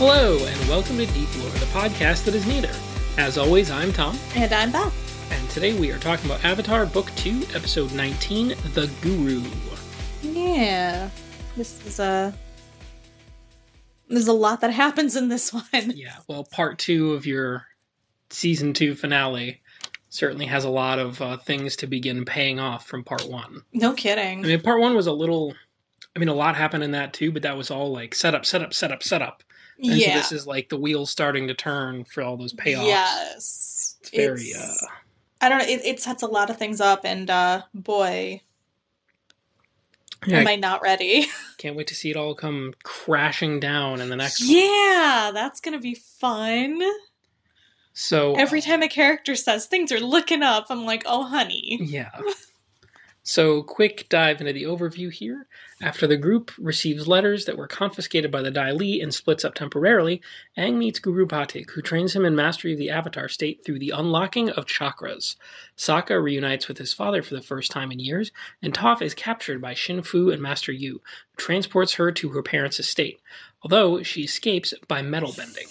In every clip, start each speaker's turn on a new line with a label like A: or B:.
A: Hello, and welcome to Deep Lore, the podcast that is neither. As always, I'm Tom,
B: And I'm back.
A: and today we are talking about Avatar Book 2, Episode 19 The Guru.
B: Yeah. This is a. There's a lot that happens in this one.
A: Yeah, well, part two of your season two finale certainly has a lot of uh, things to begin paying off from part one.
B: No
A: I
B: kidding.
A: mean, part one was a little. I mean, a lot happened in that too, but that was all like setup, setup, setup, setup. And so
B: Yeah.
A: this is like the wheels starting to turn for all those payoffs.
B: Yes.
A: It's very, uh,
B: I don't know. It, it sets a lot of things up, and uh, boy,
A: yeah,
B: am I not ready.
A: Can't wait to see it all come crashing down in the next one.
B: yeah, that's gonna be fun.
A: So uh,
B: Every time a character says things are looking up, I'm like, oh, honey.
A: Yeah. So, quick dive into the overview here. After the group receives letters that were confiscated by the Dai Li and splits up temporarily, Aang meets Guru Batik, who trains him in mastery of the Avatar state through the unlocking of chakras. Sokka reunites with his father for the first time in years, and Toph is captured by Shin Fu and Master Yu, who transports her to her parents' estate, although she escapes by metal bending.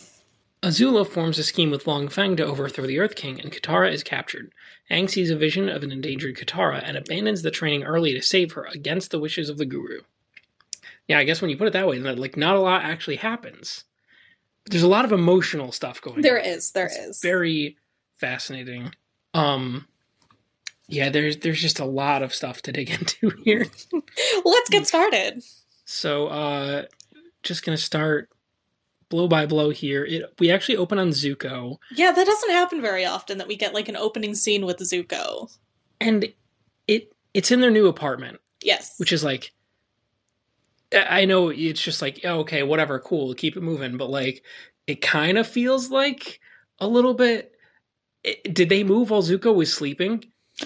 A: Azula forms a scheme with Long Fang to overthrow the Earth King, and Katara is captured. Aang sees a vision of an endangered Katara and abandons the training early to save her against the wishes of the guru. Yeah, I guess when you put it that way, that, like not a lot actually happens. There's a lot of emotional stuff going
B: There
A: on.
B: is. There is.
A: It's Very fascinating. Um yeah, there's there's just a lot of stuff to dig into here.
B: Let's
A: Mm.
B: get started.
A: So uh just gonna start blow by blow here. It we actually open on Zuko.
B: Yeah, that doesn't happen very often that we get like an opening scene with Zuko.
A: And it it's in their new apartment.
B: Yes.
A: which is like i I know it's just like oh, okay whatever cool keep it moving but like it kind of feels like a little bit it, did they move while zuko was sleeping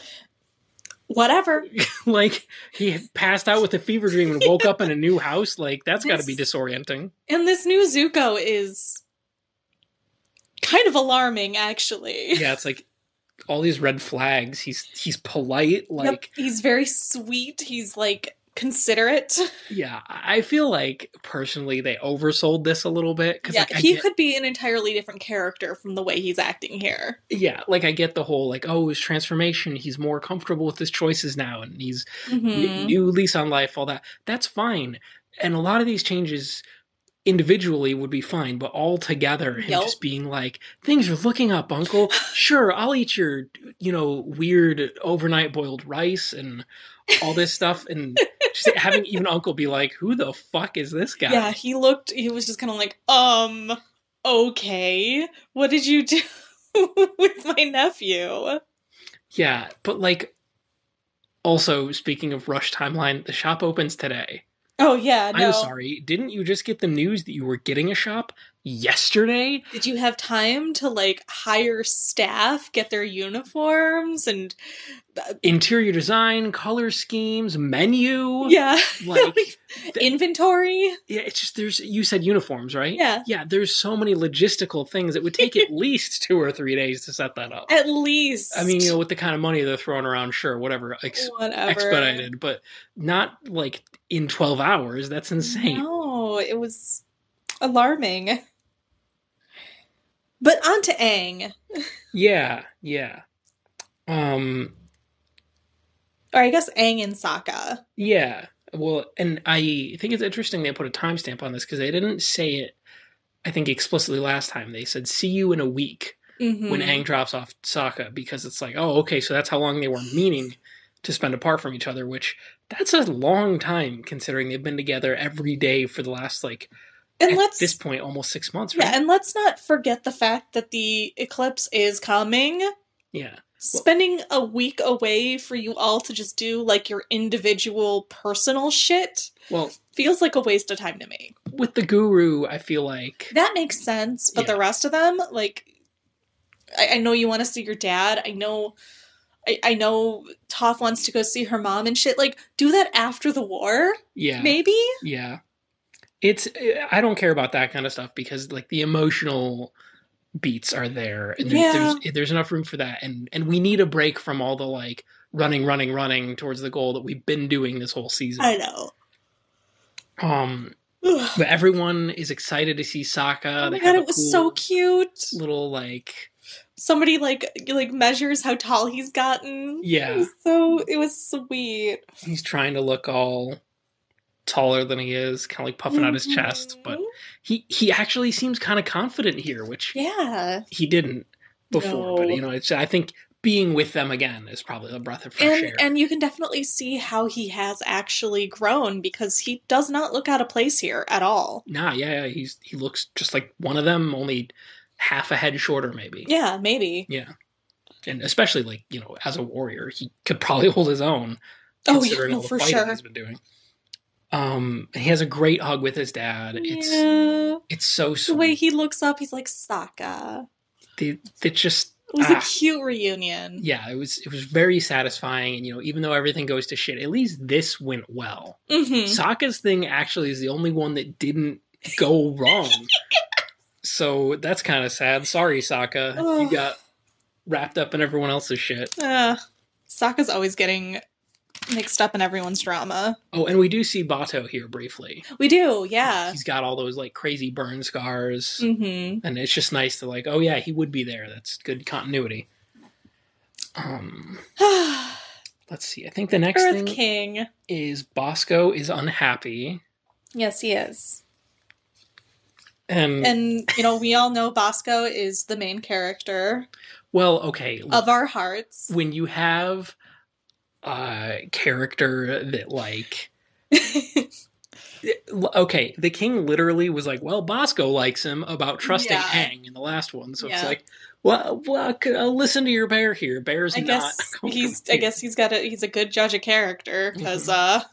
B: Whatever.
A: like he had passed out with a fever dream and woke up in a new house like that's got to be
B: This-
A: disorienting
B: And this new Zuko is kind of alarming, actually.
A: yeah it's like all these red flags he's he's polite like
B: Yep, he's very sweet. He's like considerate.
A: yeah i I feel like personally they oversold this a little bit because
B: Yeah,
A: like, I
B: he
A: get-
B: could be an entirely different character from the way he's acting here.
A: yeah like i get the whole like oh his transformation he's more comfortable with his choices now and he's n-
B: Mhm.
A: new lease on life, all that. That's fine. And a lot of these changes individually would be fine, but all together, him
B: Yep.
A: just being like, things are looking up, Uncle. Sure, I'll eat your, you know, weird overnight boiled rice and all this stuff. And just having even Uncle be like, who the fuck is this guy?
B: Yeah, he looked. He was just kind of like, um, okay, what did you do with my nephew?
A: Yeah, but like, also speaking of rush timeline, the shop opens today.
B: Oh yeah, no.
A: I'm sorry, didn't you just get the news that you were getting a shop yesterday?
B: Did you have time to like hire staff, get their uniforms, and
A: interior design, color schemes, menu.
B: yeah,
A: Like,
B: inventory?
A: yeah, it's just there's, you said uniforms, right?
B: Yeah.
A: Yeah, there's so many logistical things. It would take at least two or three days to set that up.
B: At least.
A: I mean, you know, with the kind of money they're throwing around, sure, whatever, ex-
B: whatever.
A: expedited, but not like in 12 hours. That's insane.
B: No, it was alarming. But on to Aang.
A: Yeah, yeah. Um,
B: Or I guess Aang and Sokka.
A: Yeah. Well, and I think it's interesting they put a timestamp on this because they didn't say it, I think, explicitly last time. They said, see you in a week
B: Mhm.
A: when Aang drops off Sokka because it's like, oh, okay, so that's how long they were meaning to spend apart from each other, which that's a long time considering they've been together every day for the last, like,
B: And
A: at
B: let's
A: this point, almost six months, right?
B: Yeah, and let's not forget the fact that the eclipse is coming.
A: yeah.
B: Spending a week away for you all to just do like your individual personal shit
A: Well,
B: feels like a waste of time to me.
A: with the guru, I feel like.
B: That makes sense, but
A: Yeah.
B: the rest of them, like, I, I know you want to see your dad. I know, I, I know Toph wants to go see her mom and shit. Like, do that after the war,
A: Yeah.
B: maybe.
A: Yeah. It's I don't care about that kind of stuff because like the emotional beats are there and there's,
B: Yeah.
A: there's there's enough room for that and and we need a break from all the like running running running towards the goal that we've been doing this whole season.
B: I know.
A: um
B: Ugh.
A: But everyone is excited to see Sokka.
B: oh
A: they
B: my
A: have a
B: god, it was
A: cool
B: so cute.
A: Little like
B: Somebody like like measures how tall he's gotten.
A: Yeah.
B: It was so it was sweet.
A: he's trying to look all taller than he is, kind of like puffing out his chest. But
B: Mhm.
A: he he actually seems kind of confident here, which
B: yeah,
A: he didn't before. But
B: No.
A: you know, it's I think being with them again is probably a breath of fresh
B: and
A: air.
B: and you can definitely see how he has actually grown because he does not look out of place here at all.
A: nah, yeah, yeah, he's he looks just like one of them, only half a head shorter, maybe.
B: Yeah, maybe.
A: And especially like you know, as a warrior, he could probably hold his own.
B: Oh yeah,
A: considering
B: no,
A: all the
B: for
A: fighting
B: sure.
A: he's been doing. Um, he has a great hug with his dad. It's
B: yeah.
A: it's so
B: The way
A: sweet.
B: he looks up, he's like Sokka.
A: They, they just
B: It was
A: Ah.
B: a cute reunion.
A: yeah, it was it was very satisfying. And you know, even though everything goes to shit, at least this went well.
B: hmm
A: Sokka's thing actually is the only one that didn't go wrong. so that's kind of sad. Sorry, Sokka, you
B: Ugh.
A: got wrapped up in everyone else's shit.
B: Uh, Sokka's always getting mixed up in everyone's drama.
A: Oh, and we do see Bato here briefly.
B: We do, yeah.
A: He's got all those like crazy burn scars.
B: Mm-hmm.
A: and it's just nice to like oh yeah he would be there that's good continuity um let's see i think the next
B: Mm-hmm. Earth
A: thing
B: King.
A: is bosco is unhappy
B: Yes, he is.
A: and,
B: And, you know, we all know Bosco is the main character
A: well okay
B: of our hearts.
A: when you have a character that like eh, okay the king literally was like well bosco likes him about trusting
B: Yeah.
A: Aang in the last one so it's
B: Yeah.
A: like well, well uh, listen to your bear here bear's
B: I
A: not
B: guess
A: comfortable
B: he's I
A: here.
B: guess he's got a he's a good judge of character because
A: Mm-hmm.
B: uh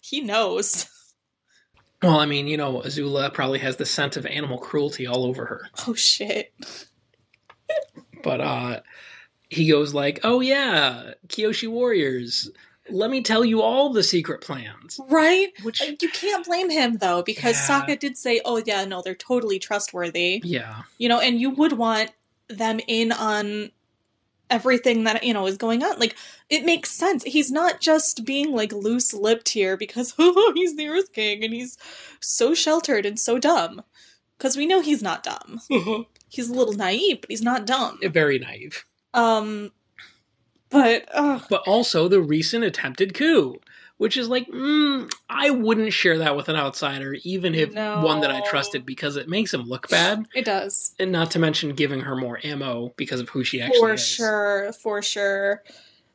B: he knows.
A: well i mean you know azula probably has the scent of animal cruelty all over her
B: Oh shit.
A: but uh he goes like oh yeah kyoshi warriors let me tell you all the secret plans
B: Right?
A: which
B: Uh, You can't blame him though, because
A: Yeah.
B: Sokka did say, "Oh yeah, no, they're totally trustworthy."
A: yeah
B: You know, and you would want them in on everything that you know is going on. Like it makes sense. He's not just being like loose-lipped here because oh, he's the Earth King and he's so sheltered and so dumb. Because we know he's not dumb. He's a little naive, but he's not dumb.
A: very naive
B: Um, but uh,
A: but also the recent attempted coup which is like mm, i wouldn't share that with an outsider even if
B: No.
A: one that i trusted because it makes him look bad
B: it does.
A: and not to mention giving her more ammo because of who she actually
B: for
A: is
B: sure for sure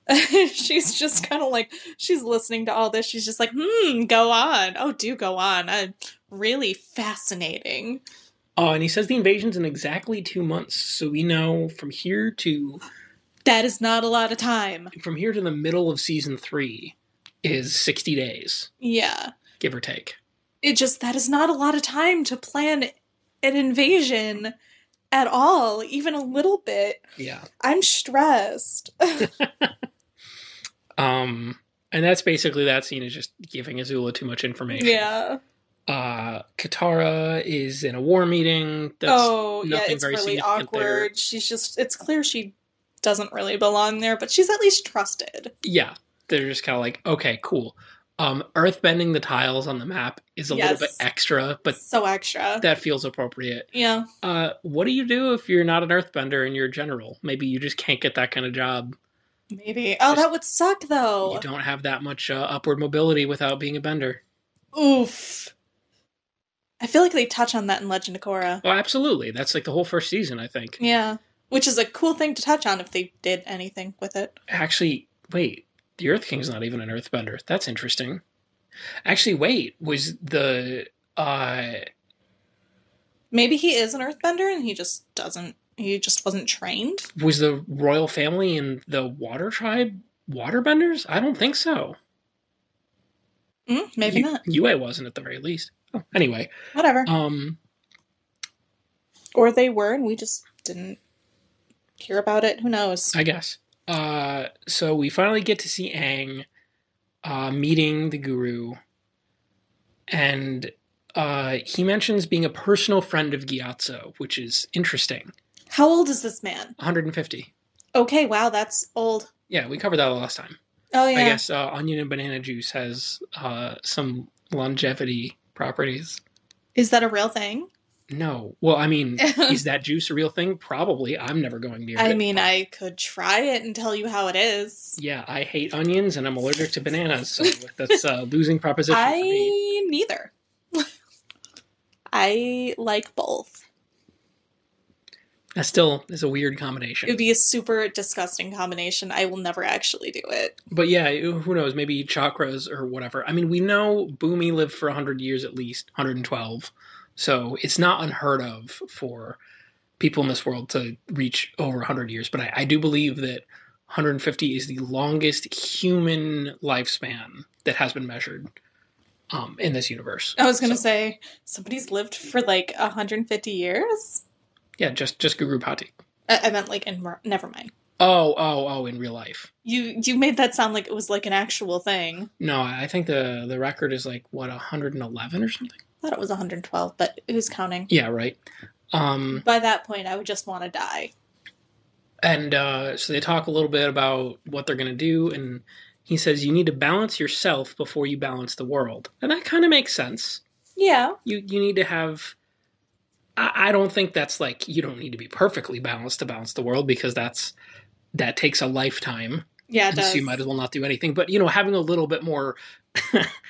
B: she's just kind of like she's listening to all this she's just like hmm go on oh do go on i really fascinating
A: oh and he says the invasion's in exactly two months so we know from here to
B: that is not a lot of time
A: from here to the middle of season three is 60 days
B: yeah
A: give or take
B: it just that is not a lot of time to plan an invasion at all even a little bit
A: yeah
B: i'm stressed
A: um and that's basically that scene is just giving azula too much information
B: yeah
A: uh katara is in a war meeting that's
B: oh yeah
A: nothing
B: it's
A: very
B: really
A: significant
B: awkward
A: there.
B: she's just it's clear she doesn't really belong there but she's at least trusted
A: yeah they're just kind of like okay cool um earth bending the tiles on the map is a
B: Yes.
A: little bit extra but
B: so extra.
A: that feels appropriate
B: yeah.
A: uh what do you do if you're not an earthbender and you're a general maybe you just can't get that kind of job
B: Maybe. Oh,
A: Just-
B: that would suck though.
A: you don't have that much uh, upward mobility without being a bender
B: Oof. I feel like they touch on that in Legend of Korra.
A: Oh, absolutely. That's like the whole first season, I think.
B: Yeah. Which is a cool thing to touch on if they did anything with it.
A: Actually, wait, the Earth King's not even an Earthbender. That's interesting. Actually, wait, was the uh
B: Maybe he is an earthbender and he just doesn't he just wasn't trained.
A: was the royal family in the Water Tribe waterbenders? I don't think so.
B: Mm, maybe
A: U-
B: not.
A: Yue wasn't at the very least. Oh, anyway,
B: Whatever.
A: um,
B: or they were and we just didn't hear about it. Who knows?
A: I guess. Uh, so we finally get to see Aang uh, meeting the guru, and uh, he mentions being a personal friend of Gyatso, which is interesting.
B: How old is this man?
A: 150.
B: Okay, wow, that's old.
A: Yeah, we covered that last time.
B: Oh yeah.
A: I guess uh, onion and banana juice has uh, some longevity properties.
B: Is that a real thing?
A: No. Well, I mean, is that juice a real thing? Probably. I'm never going near
B: I
A: it.
B: mean, I could try it and tell you how it is.
A: yeah, I hate onions and I'm allergic to bananas, so that's a losing proposition for me.
B: I neither. I like both.
A: That still is a weird combination.
B: It would be a super disgusting combination. I will never actually do it.
A: But yeah, who knows? Maybe chakras or whatever. I mean, we know Boomy lived for 100 years at least, 112. So it's not unheard of for people in this world to reach over 100 years. But I, I do believe that 150 is the longest human lifespan that has been measured um, in this universe.
B: I was going to
A: So,
B: say somebody's lived for like 150 years.
A: yeah, just just Guru Pati.
B: I, I meant like in mer- never mind.
A: Oh, oh, oh! In real life,
B: You you made that sound like it was like an actual thing.
A: no. I I think the the record is like what 111 or something.
B: I thought it was 112, but who's counting?
A: Yeah, right. Um,
B: By that point, I would just want to die.
A: And uh, so they talk a little bit about what they're going to do. And he says, You need to balance yourself before you balance the world. And that kind of makes sense.
B: Yeah.
A: You, you need to have. I, I don't think that's like you don't need to be perfectly balanced to balance the world because that's that takes a lifetime.
B: Yeah, it
A: and
B: does.
A: so you might as well not do anything. But, you know, having a little bit more,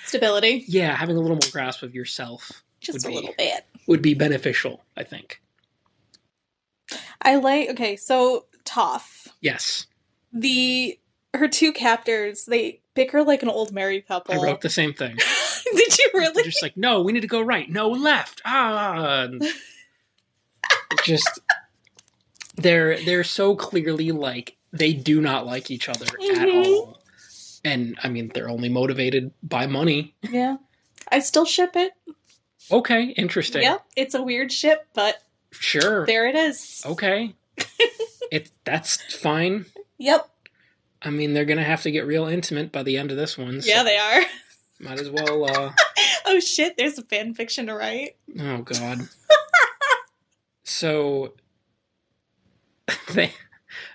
B: Stability.
A: yeah, having a little more grasp of yourself
B: Just
A: Would
B: a
A: be-
B: little bit.
A: would be beneficial, I think.
B: I like, okay, so Toph.
A: Yes.
B: The, her two captors, they bicker like an old married couple.
A: I wrote the same thing.
B: Did you really?
A: They're just like, no, we need to go right, no left. Ah, and it's just they're they're so clearly like they do not like each other at
B: Mhm.
A: all. And I mean, they're only motivated by money.
B: Yeah. I still ship it.
A: Okay, interesting.
B: Yeah, it's a weird ship, but
A: Sure.
B: there it
A: Oh.
B: is.
A: Okay. it that's fine.
B: Yep.
A: I mean, they're gonna have to get real intimate by the end of this one. so
B: Yeah, they are.
A: Might as well. uh
B: oh shit, there's a fan fiction to write.
A: Oh God. so, they,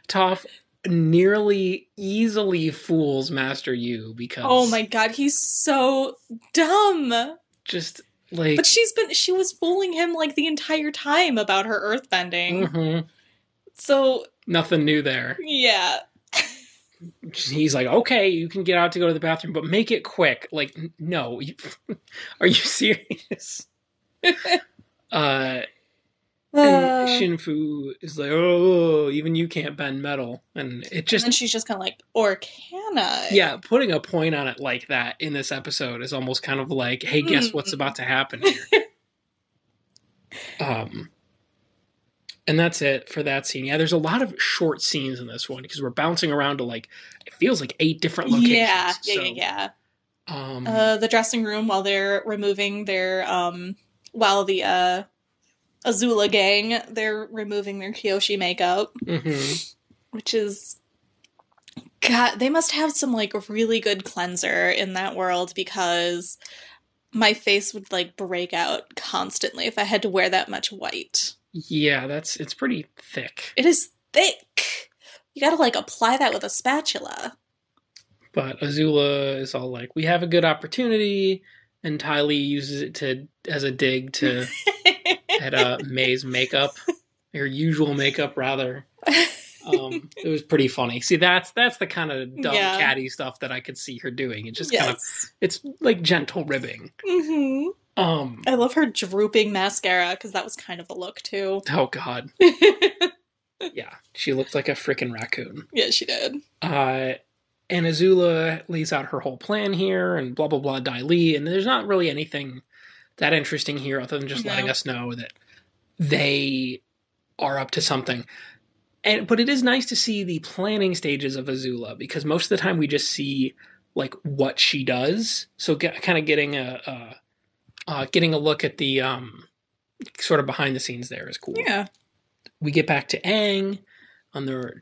A: Toph nearly easily fools Master Yu because
B: Oh my god, he's so dumb.
A: just like
B: But she's been she was fooling him like the entire time about her earthbending.
A: mhm,
B: So
A: nothing new there.
B: yeah.
A: He's like, okay, you can get out to go to the bathroom, but make it quick. Like, n- no, you, are you serious? uh, and
B: Uh,
A: Shinfu is like, oh, even you can't bend metal, and it
B: and
A: just
B: then she's just kind of like, or can I?
A: Yeah, putting a point on it like that in this episode is almost kind of like, hey, guess what's
B: Mm.
A: about to happen here? um, and that's it for that scene. Yeah, there's a lot of short scenes in this one because we're bouncing around to like, it feels like eight different locations.
B: Yeah, yeah,
A: So,
B: yeah, yeah.
A: Um,
B: Uh, the dressing room while they're removing their um, while the uh, Azula gang they're removing their Kyoshi makeup,
A: mhm.
B: which is God. They must have some like really good cleanser in that world because my face would like break out constantly if I had to wear that much white.
A: yeah, that's it's pretty thick,
B: It is thick. You gotta like apply that with a spatula.
A: but Azula is all like, we have a good opportunity. And Ty Lee uses it to as a dig to at uh, May's makeup, her usual makeup rather. um, it was pretty funny. See, that's that's the kind of dumb
B: Yeah.
A: catty stuff that I could see her doing. It's just kind of
B: Yes.
A: it's like gentle ribbing.
B: Mhm.
A: Um,
B: I love her drooping mascara because that was kind of the look too.
A: oh god, yeah, she looked like a freaking raccoon.
B: yeah, she did.
A: Uh, and Azula lays out her whole plan here, and blah blah blah, Dai Li, and there's not really anything that interesting here other than just
B: No.
A: letting us know that they are up to something. And but it is nice to see the planning stages of Azula because most of the time we just see like what she does. So get, kind of getting a, a uh, getting a look at the um, sort of behind the scenes there is cool
B: Yeah.
A: we get back to Aang, and the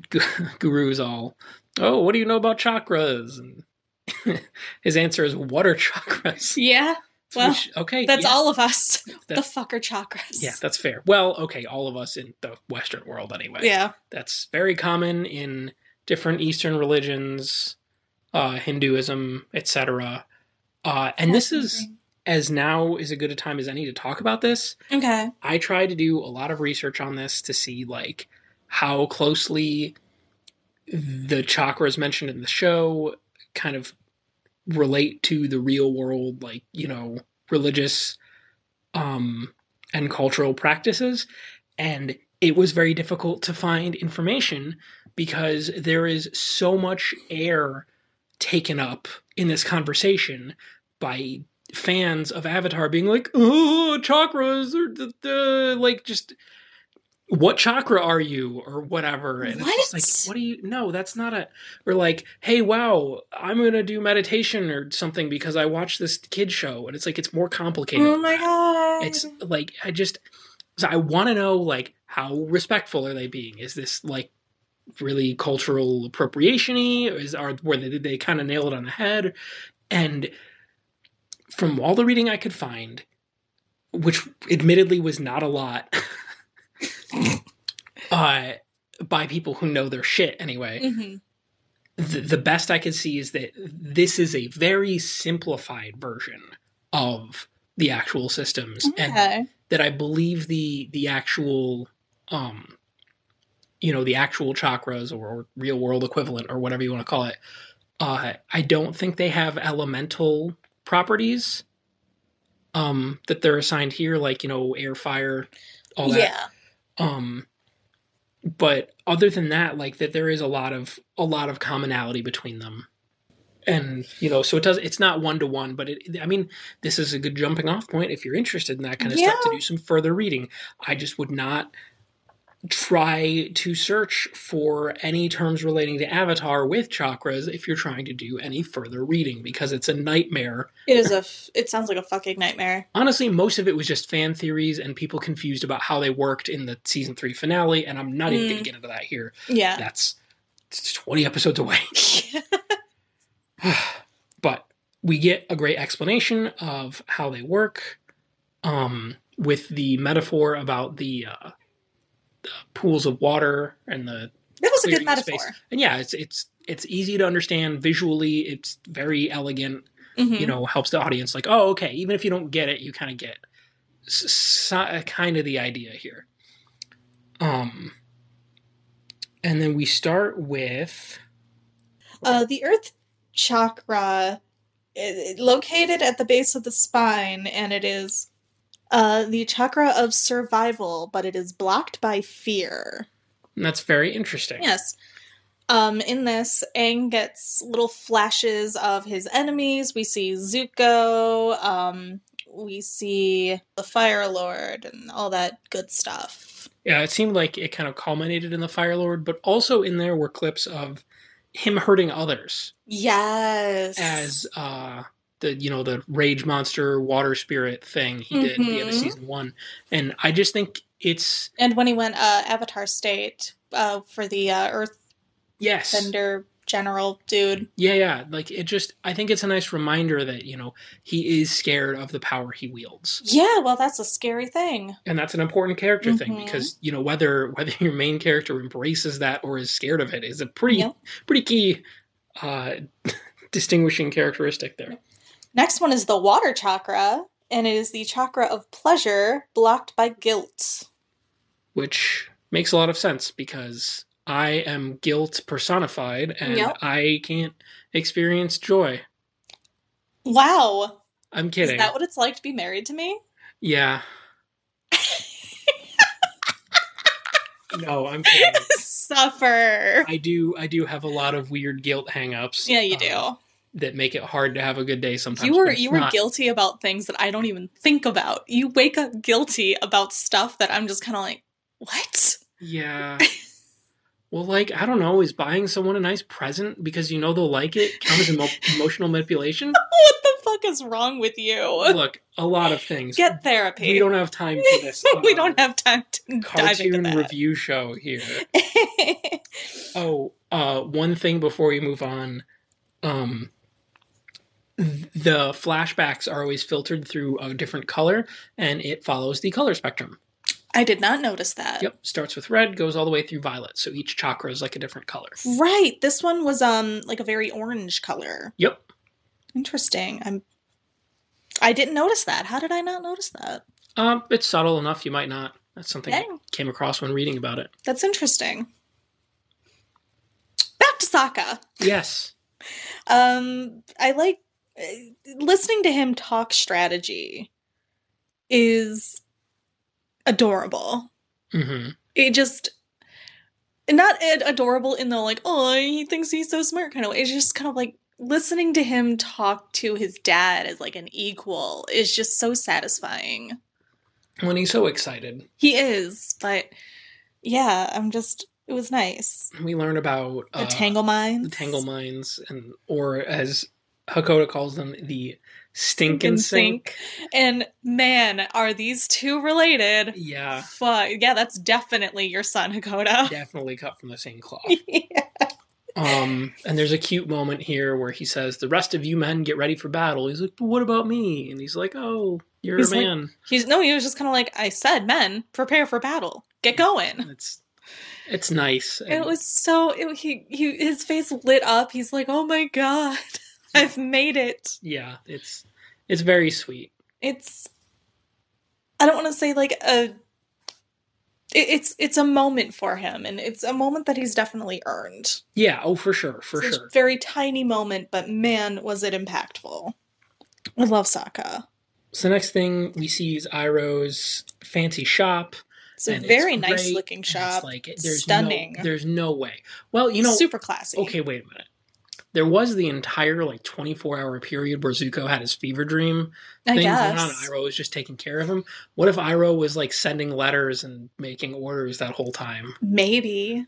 A: guru's all, "Oh, what do you know about chakras?" And his answer is, "What are chakras?"
B: Yeah. Well,
A: Which- okay,
B: That's
A: yeah,
B: all of us. the
A: That's,
B: fucker chakras.
A: yeah, that's fair. Well, okay, all of us in the Western world, anyway.
B: Yeah.
A: that's very common in different Eastern religions, uh, Hinduism, etc. Uh, and this is as now is a good a time as any to talk about this,
B: Okay.
A: I tried to do a lot of research on this to see like how closely the chakras mentioned in the show kind of relate to the real world like, you know, religious um and cultural practices and it was very difficult to find information because there is so much air taken up in this conversation by fans of Avatar being like, "Oh, chakras or the, the like just what chakra are you or whatever." And it's just
B: What?
A: like, "What do you No, that's not a or like, "Hey, wow, I'm going to do meditation or something because I watched this kid show." And it's like it's more complicated.
B: Oh
A: than
B: my
A: that.
B: god.
A: It's like I just so I want to know like how respectful are they being? Is this like really cultural appropriationy? Is are were they did they kind of nail it on the head? And from all the reading I could find, which admittedly was not a lot, uh, by people who know their shit anyway,
B: Mhm.
A: the, the best I could see is that this is a very simplified version of the actual systems and
B: Okay.
A: that I believe the the actual um you know the actual chakras or, or real world equivalent or whatever you want to call it uh I don't think they have elemental properties um that they're assigned here like you know air fire all that
B: Yeah.
A: um but other than that like that there is a lot of a lot of commonality between them and you know so it does it's not one to one but it i mean this is a good jumping off point if you're interested in that kind of stuff to do some further reading i just would not try to search for any terms relating to avatar with chakras if you're trying to do any further reading because it's a nightmare
B: It is a. F- it sounds like a fucking nightmare.
A: honestly, most of it was just fan theories and people confused about how they worked in the season three finale. And I'm not even
B: Mm. Uh.
A: going to get into that here.
B: Yeah.
A: That's it's 20 episodes away. but we get a great explanation of how they work um, with the metaphor about the, uh, the pools of water and the
B: that was a
A: clearing
B: good
A: of
B: metaphor.
A: space. And yeah, it's it's it's easy to understand visually. It's very elegant
B: Mhm.
A: you know helps the audience like oh okay even if you don't get it you kind of get s- s- kind of the idea here um and then we start with
B: Uh, the Earth chakra is located at the base of the spine, and it is uh, the chakra of survival, but it is blocked by fear.
A: and that's very interesting
B: Yes. Um, in this, Aang gets little flashes of his enemies. We see Zuko. Um, we see the Fire Lord and all that good stuff.
A: yeah it seemed like it kind of culminated in the fire lord but also in there were clips of him hurting others
B: Yes.
A: as uh the you know the rage monster water spirit thing he did at the end of
B: Mhm.
A: season one and i just think it's
B: and when he went uh, Avatar State uh, for the uh, Earth
A: yes
B: Fender general dude.
A: Yeah, yeah. Like it just I think it's a nice reminder that, you know, he is scared of the power he wields.
B: Yeah, well, that's a scary thing.
A: And that's an important character thing
B: Mhm.
A: because, you know, whether whether your main character embraces that or is scared of it is a pretty
B: Yep.
A: pretty key uh distinguishing characteristic there.
B: Next one is the water chakra, and it is the chakra of pleasure blocked by guilt.
A: Which makes a lot of sense because I am guilt personified and
B: Yep.
A: I can't experience joy.
B: Wow.
A: I'm kidding.
B: Is that what it's like to be married to me?
A: yeah. no, I'm kidding.
B: Suffer.
A: I do I do have a lot of weird guilt hangups.
B: Yeah, you
A: uh,
B: do.
A: that make it hard to have a good day sometimes.
B: You were
A: but it's
B: you were
A: not-
B: guilty about things that I don't even think about. You wake up guilty about stuff that I'm just kind of like, what?
A: Yeah. well, like I don't know, is buying someone a nice present because you know they'll like it count as emo- emotional manipulation?
B: What the fuck is wrong with you?
A: Look, a lot of things.
B: Get therapy.
A: we don't have time for this.
B: we
A: uh,
B: don't have time to dive
A: cartoon
B: into that.
A: review show here. Oh, uh, one thing before we move on. Um, th- the flashbacks are always filtered through a different color, and it follows the color spectrum.
B: I did not notice that.
A: Yep, starts with red, goes all the way through violet. So each chakra is like a different color.
B: Right. This one was um like a very orange color.
A: Yep.
B: Interesting. I'm I didn't notice that. How did I not notice that?
A: Um, it's subtle enough. You might not. That's something I
B: Dang.
A: came across when reading about it.
B: That's interesting. Back to Sokka.
A: Yes.
B: Um, I like uh, listening to him talk strategy is adorable.
A: hmm
B: It just not ad- adorable in the like, oh, he thinks he's so smart kind of way. It's just kind of like listening to him talk to his dad as like an equal is just so satisfying.
A: When he's so excited,
B: He is, but yeah, I'm just it was nice.
A: we learn about
B: The Tangle Mines.
A: Uh, the tangle mines, and or as Hakoda calls them, the stink and sink.
B: And man, are these two related?
A: Yeah,
B: Fuck. Yeah, that's definitely your son, Hakoda.
A: definitely cut from the same cloth.
B: Yeah.
A: Um, and there's a cute moment here where he says, "The rest of you men get ready for battle." He's like, "But what about me?" And he's like, "Oh, you're
B: He's
A: a
B: like-
A: man."
B: He's no, he was just kind of like, I said, men, prepare for battle. Get going.
A: it's it's nice.
B: It
A: and-
B: was so it, he he his face lit up. He's like, "Oh my god. I've made it."
A: yeah, it's it's very sweet.
B: it's i don't want to say like a it- it's it's a moment for him and it's a moment that he's definitely earned
A: Yeah, oh for sure, for
B: It's a
A: sure.
B: very tiny moment but man was it impactful i love Sokka.
A: So the next thing we see is Iroh's fancy shop.
B: it's a
A: And it's
B: very
A: great,
B: nice looking
A: and
B: shop
A: It's like there's
B: stunning.
A: No, there's no way. Well, you know,
B: super classy
A: okay, wait a minute. There was the entire like 24 hour period where Zuko had his fever dream
B: i
A: thing
B: guess
A: going on. and Iroh was just taking care of him. What if Iroh was like sending letters and making orders that whole time?
B: maybe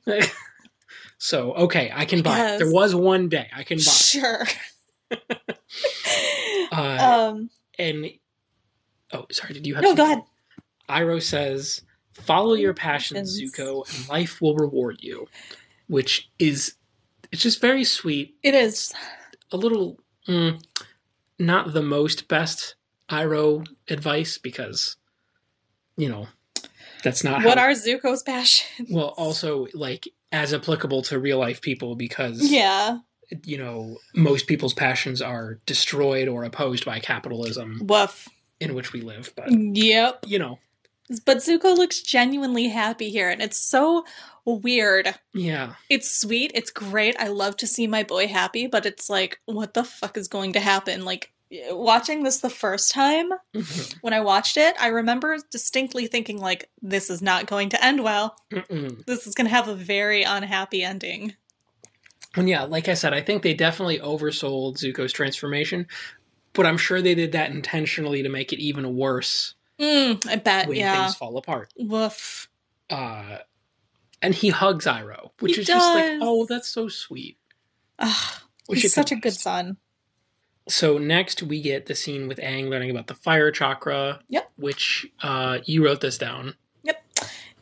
A: So okay, I can buy.
B: Yes.
A: it. There was one day I can buy. it.
B: sure
A: Uh,
B: um
A: and oh, sorry, did you have?
B: no go
A: something?
B: ahead
A: Iroh says, "Follow your passions,
B: Passions.
A: Zuko, and life will reward you," which is it's just very sweet.
B: it is
A: A little mm, not the most best Iroh advice because you know that's not
B: what
A: how,
B: are zuko's passions
A: Uh-huh. well also like as applicable to real life people because
B: yeah
A: you know most people's passions are destroyed or opposed by capitalism
B: woof
A: in which we live but
B: yep
A: you know
B: But Zuko looks genuinely happy here, and it's so weird.
A: yeah
B: It's sweet, it's great. I love to see my boy happy, but it's like, what the fuck is going to happen? Like, watching this the first time,
A: Mm-mm.
B: when I watched it, I remember distinctly thinking, like, this is not going to end well.
A: Mm-mm.
B: This is going to have a very unhappy ending.
A: And yeah, like I said, I think they definitely oversold Zuko's transformation, but I'm sure they did that intentionally to make it even worse
B: Mm, I bet,
A: when
B: yeah.
A: things fall apart.
B: Woof.
A: Uh, and he hugs Iroh, which
B: He
A: is just like,
B: does.
A: oh, that's so sweet.
B: Ugh,
A: Wish it
B: he's
A: could
B: such a good
A: last.
B: son.
A: So next we get the scene with Aang learning about the fire chakra.
B: Yep.
A: Which uh, you wrote this down.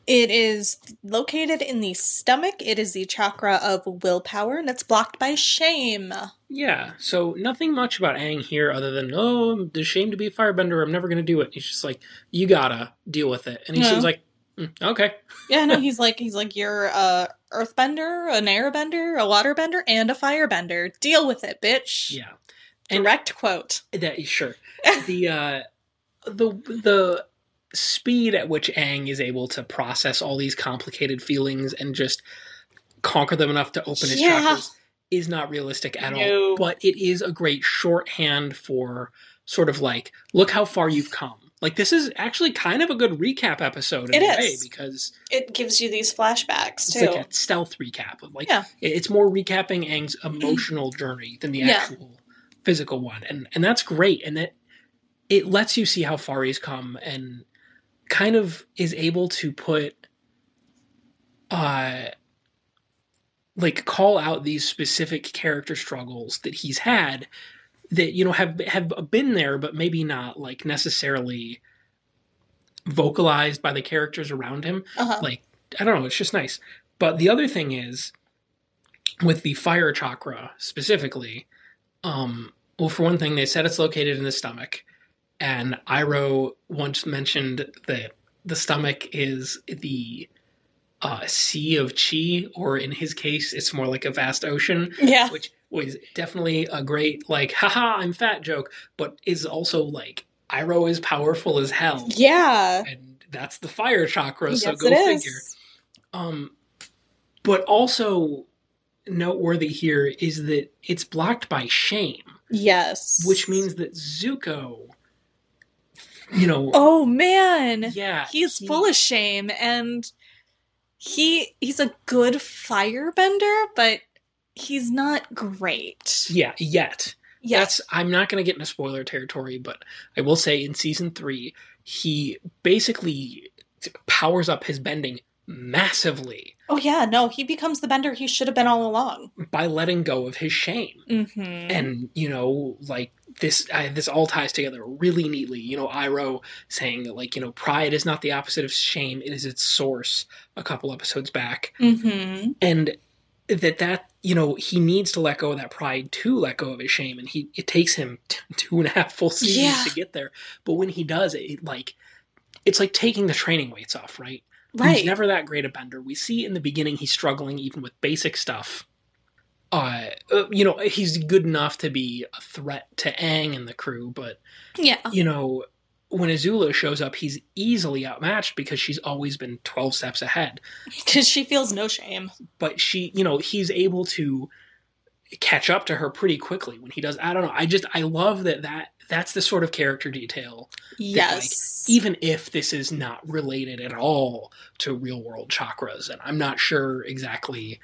B: It is located in the stomach. It is the chakra of willpower, and it's blocked by shame.
A: Yeah. So nothing much about Aang here other than, oh, I'm ashamed to be a firebender. I'm never going to do it. He's just like, you gotta deal with it. And he
B: Yeah.
A: seems like, "Mm, okay.
B: Yeah, no, he's like he's like you're a earthbender, an airbender, a waterbender, and a firebender. Deal with it, bitch.
A: Yeah. And-
B: Direct quote.
A: That sure. the uh, the the speed at which Aang is able to process all these complicated feelings and just conquer them enough to open his
B: Yeah.
A: chakras is not realistic at
B: No.
A: all. But it is a great shorthand for sort of like, look how far you've come. Like this is actually kind of a good recap episode in
B: It
A: a way
B: is.
A: because
B: It gives you these flashbacks
A: it's
B: too.
A: like a stealth recap. of Like
B: Yeah. Mm-hmm.
A: it- it's more recapping Aang's emotional journey than the
B: Yeah.
A: actual physical one, and and that's great. And that it lets you see how far he's come, and kind of is able to put, uh, like call out these specific character struggles that he's had that you know have have been there, but maybe not like necessarily vocalized by the characters around him.
B: uh-huh.
A: I don't know, it's just nice. But the other thing is with the fire chakra specifically, um, well, for one thing, they said it's located in the stomach. And Iroh once mentioned that the stomach is the uh, sea of chi, or in his case, it's more like a vast ocean,
B: yeah.
A: which was definitely a great like haha I'm fat joke, but is also like Iroh is powerful as hell.
B: Yeah.
A: And that's the fire chakra, so
B: Yes,
A: go
B: it is.
A: figure. Um, but also noteworthy here is that it's blocked by shame,
B: Yes.
A: which means that Zuko, you know,
B: Oh man.
A: yeah,
B: He's
A: he-
B: full of shame and he he's a good firebender, but he's not great.
A: yeah, yet.
B: Yes.
A: That's I'm not going to get into spoiler territory, but I will say in season three, he basically t- powers up his bending massively
B: Oh yeah, no, he becomes the bender he should have been all along.
A: by letting go of his shame.
B: Mm-hmm.
A: and you know like this I, this all ties together really neatly you know iro saying that like you know pride is not the opposite of shame it is its source a couple episodes back
B: mm-hmm.
A: and that that you know he needs to let go of that pride to let go of his shame and he it takes him t- two and a half full seasons
B: Yeah.
A: to get there but when he does it, it like it's like taking the training weights off right
B: Right.
A: He's never that great a bender. We see in the beginning he's struggling even with basic stuff. Uh, uh, you know, he's good enough to be a threat to Aang and the crew, but
B: yeah.
A: you know, when Azula shows up, he's easily outmatched because she's always been 12 steps ahead.
B: Cause she feels no shame.
A: But she, you know, he's able to catch up to her pretty quickly when he does. I don't know. I just I love that that that's the sort of character detail
B: Yes.
A: even if this is not related at all to real world chakras and i'm not sure exactly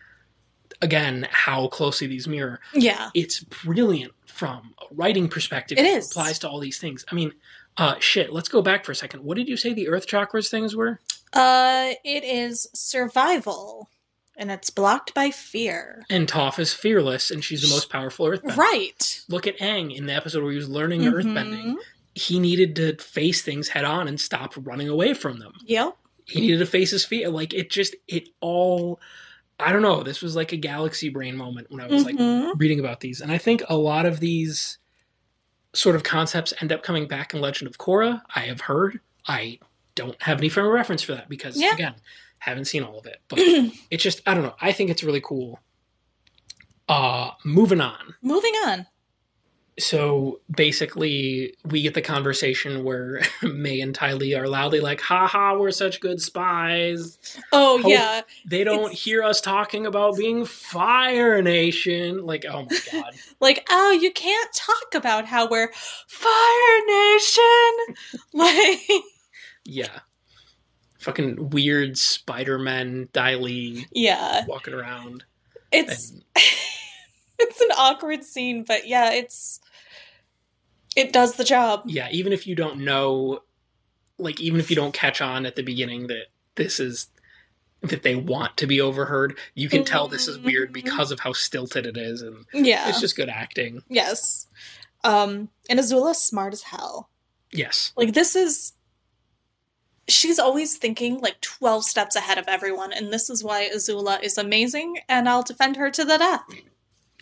A: again how closely these mirror
B: yeah.
A: it's brilliant from a writing perspective
B: It is.
A: applies to all these things i mean uh shit let's go back for a second what did you say the earth chakras things were
B: Uh it is survival and it's blocked by fear.
A: and toph is fearless and she's the most powerful earthbender
B: Right.
A: look at ang in the episode where he was learning earthbending
B: Mhm.
A: he needed to face things head on and stop running away from them
B: Yep.
A: he needed to face his fear. Like it just it all I don't know. This was like a galaxy brain moment when I was like
B: Mhm.
A: reading about these. And I think a lot of these sort of concepts end up coming back in Legend of Korra. I have heard. I don't have any frame of reference for that because
B: Yeah.
A: again, haven't seen all of it. But it's just I don't know. I think it's really cool. Uh moving on
B: Moving on.
A: so basically we get the conversation where may and ty lee are loudly like "Ha ha, we're such good spies
B: Oh
A: Hope-
B: yeah.
A: they don't
B: It's-
A: hear us talking about being fire nation like oh my god
B: like oh you can't talk about how we're fire nation like
A: yeah fucking weird spider-man ty lee
B: yeah
A: walking around
B: it's
A: and
B: it's an awkward scene but yeah it's it does the job
A: yeah even if you don't know like even if you don't catch on at the beginning that this is that they want to be overheard you can tell this is weird
B: Mhm.
A: because of how stilted it is and
B: yeah
A: it's just good acting
B: yes um and azula's smart as hell
A: yes
B: like this is she's always thinking like 12 steps ahead of everyone and this is why azula is amazing and i'll defend her to the death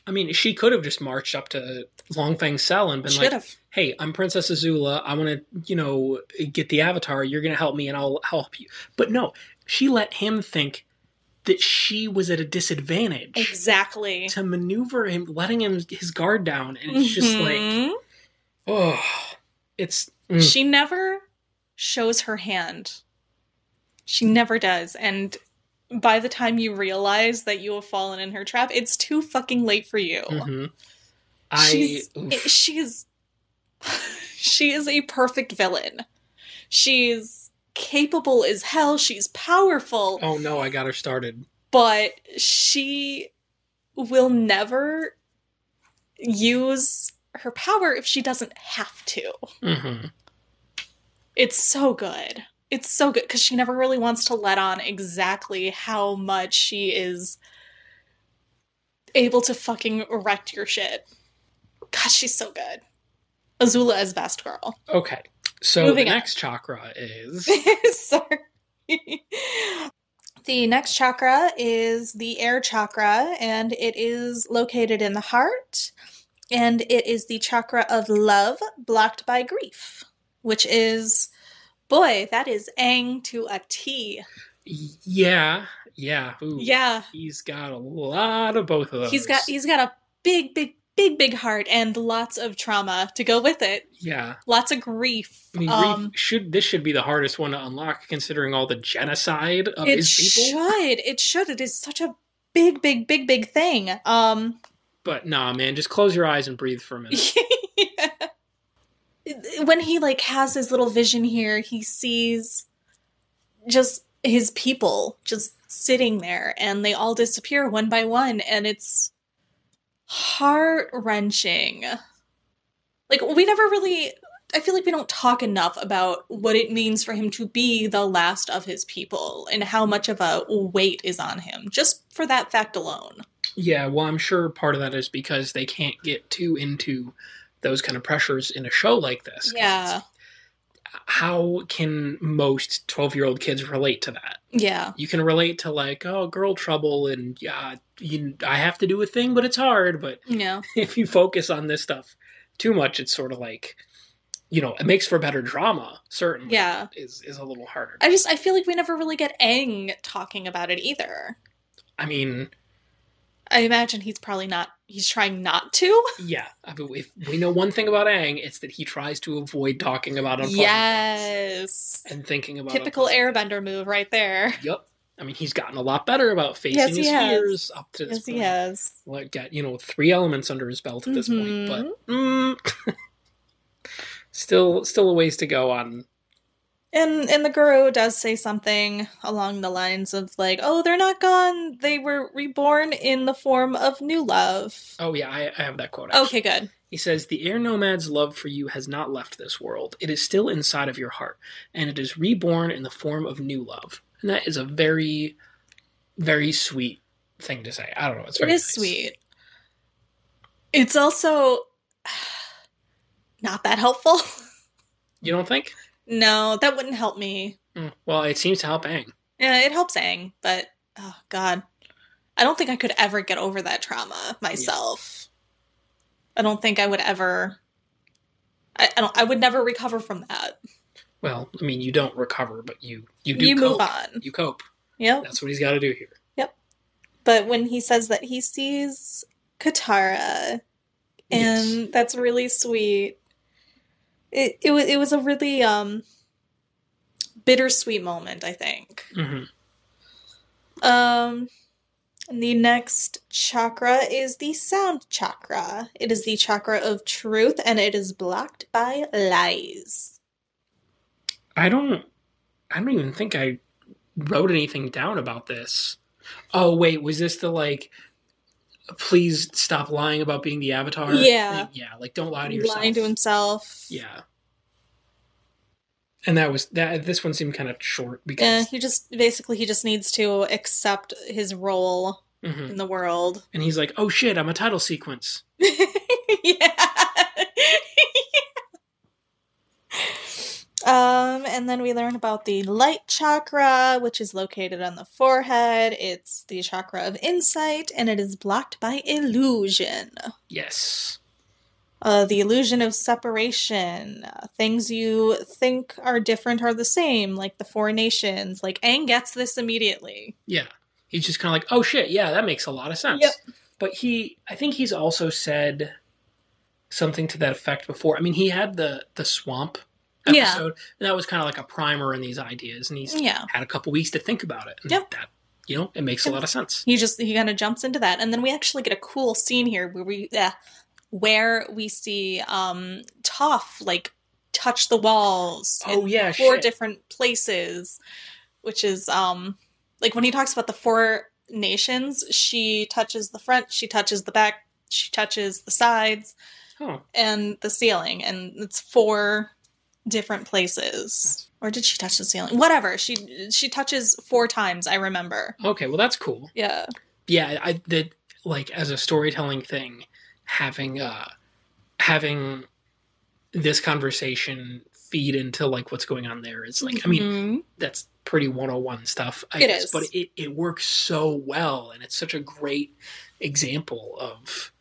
A: i mean she could have just marched up to longfang's cell and been
B: should
A: like
B: have
A: hey i'm princess azula i want to you know get the avatar you're going to help me and i'll help you but no she let him think that she was at a disadvantage
B: exactly
A: to maneuver him letting him his guard down and it's just like
B: Mhm.
A: oh it's mm,
B: She never shows her hand. She never does. And by the time you realize that you have fallen in her trap, it's too fucking late for you.
A: mhm. i
B: Mm-hmm. she's,
A: oof.
B: it- she's she is a perfect villain. She's capable as hell. She's powerful,
A: oh no i got her started
B: but she will never use her power if she doesn't have to.
A: hmm
B: It's so good. It's so good because she never really wants to let on exactly how much she is able to fucking wreck your shit. God, she's so good. Azula is best girl.
A: okay so
B: Moving
A: the
B: on.
A: next chakra is
B: Sorry. the next chakra is the air chakra, and it is located in the heart, and it is the chakra of love blocked by grief, which is, boy, that is Aang to a T.
A: yeah yeah ooh.
B: Yeah,
A: He's got a lot of both of those.
B: he's got e he's got a big, big, big, big heart and lots of trauma to go with it.
A: Yeah.
B: Lots of grief.
A: I mean, grief
B: um,
A: should this should be the hardest one to unlock, considering all the genocide of
B: it
A: his um, people.
B: should. It should. It is such a big, big, big, big thing. Um,
A: But nah, man, just close your eyes and breathe for a minute.
B: when he like has his little vision here he sees just his people just sitting there and they all disappear one by one and it's heart wrenching like we never really i feel like we don't talk enough about what it means for him to be the last of his people and how much of a weight is on him just for that fact alone
A: Yeah, well, I'm sure part of that is because they can't get too into those kind of pressures in a show like this. 'cause
B: yeah
A: it's- How can most 12 year old kids relate to that?
B: yeah
A: You can relate to, like, oh, girl trouble, and yeah, you, I have to do a thing, but it's hard. But
B: yeah
A: if you focus on this stuff too much, it's sort of like, you know, it makes for better drama, certainly.
B: yeah
A: Is, is a little harder.
B: I just I feel like we never really get Aang talking about it either.
A: I mean,
B: I imagine he's probably not he's trying not to.
A: yeah. I mean, if we know one thing about Aang, it's that he tries to avoid talking about unpleasant things
B: Yes.
A: and thinking about
B: Typical
A: unpleasant
B: airbender move right there.
A: Yep. I mean, he's gotten a lot better about facing
B: Yes, he
A: his
B: has.
A: fears up to this
B: Yes,
A: point.
B: he has.
A: Like, got you know three elements under his belt at this
B: Mhm.
A: point, but mm, still, still a ways to go on.
B: And and the guru does say something along the lines of like, "Oh, they're not gone. They were reborn in the form of new love."
A: Oh yeah, I, I have that quote. actually.
B: Okay, good.
A: He says, The air nomad's love for you has not left this world. It is still inside of your heart, and it is reborn in the form of new love. And that is a very, very sweet thing to say. I don't know. It's
B: It
A: very
B: is
A: nice.
B: sweet. It's also not that helpful.
A: You don't think?
B: no, that wouldn't help me
A: Mm. Well, it seems to help Aang.
B: Yeah, Eh, it helps Aang, but oh god. I don't think I could ever get over that trauma myself. I don't think I would ever I, I don't I would never recover from that.
A: Well, I mean, you don't recover, but you you do
B: You,
A: cope.
B: move on.
A: You cope.
B: Yep.
A: That's what he's got to do here.
B: But when he says that he sees Katara and
A: Yes.
B: that's really sweet. It it was it was a really um bittersweet moment, I think.
A: Mhm.
B: Um, the next chakra is the sound chakra. It is the chakra of truth, and it is blocked by lies.
A: I don't. I don't even think I wrote anything down about this. Oh wait, was this the like? Please stop lying about being the Avatar.
B: Yeah.
A: thing? yeah. Like, don't lie to yourself.
B: Lying to himself.
A: Yeah. And that was that. This one seemed kind of short
B: Yeah,
A: because,
B: Eh, he just basically he just needs to accept his role
A: Mhm.
B: in the world.
A: and he's like, "Oh shit, I'm a title sequence."
B: yeah. Um, and then we learn about the light chakra, which is located on the forehead. It's the chakra of insight, and it is blocked by illusion.
A: Yes.
B: Uh, the illusion of separation. Uh, things you think are different are the same, like the four nations. Like Aang gets this immediately.
A: Yeah. He's just kind of like, oh shit, yeah, that makes a lot of sense.
B: Yep.
A: But he, I think he's also said something to that effect before. I mean, he had the the swamp
B: Yeah.
A: episode, and that was kind of like a primer in these ideas, and he's
B: Yeah.
A: had a couple weeks to think about it. And
B: Yep.
A: That, you know, it makes a lot of sense.
B: He just he kind of jumps into that, and then we actually get a cool scene here where we uh, where we see um Toph like touch the walls
A: Oh
B: in
A: yeah,
B: four
A: shit.
B: different places, which is um like when he talks about the four nations, she touches the front, she touches the back, she touches the sides,
A: oh,
B: and the ceiling, and it's four different places. Or did she touch the ceiling? Whatever. She she touches four times. I remember.
A: okay. Well, that's cool.
B: Yeah.
A: yeah i that like as a storytelling thing having uh having this conversation feed into like what's going on there is like i mean
B: Mhm.
A: that's pretty 101 stuff i
B: It
A: guess
B: is.
A: but it, it works so well and it's such a great example of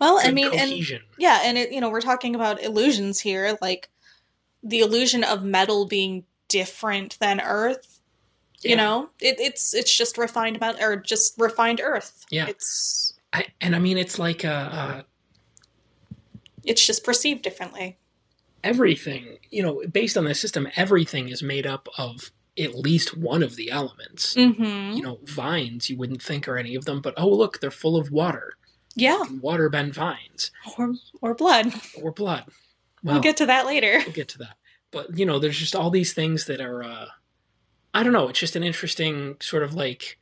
B: Well, I
A: good
B: mean, and
A: cohesion
B: yeah, and it, you know, we're talking about illusions here, like the illusion of metal being different than Earth.
A: Yeah.
B: You know, it, it's it's just refined metal or just refined Earth.
A: Yeah.
B: it's
A: I, and I mean, it's like uh, uh,
B: It's just perceived differently.
A: everything, you know, based on the system, everything is made up of at least one of the elements.
B: Mm-hmm.
A: You know, vines you wouldn't think are any of them, but oh, look, they're full of water.
B: Yeah,
A: Water bend vines
B: or or blood.
A: or blood.
B: We'll get to that later.
A: we'll get to that. But you know, there's just all these things that are uh I don't know, it's just an interesting sort of like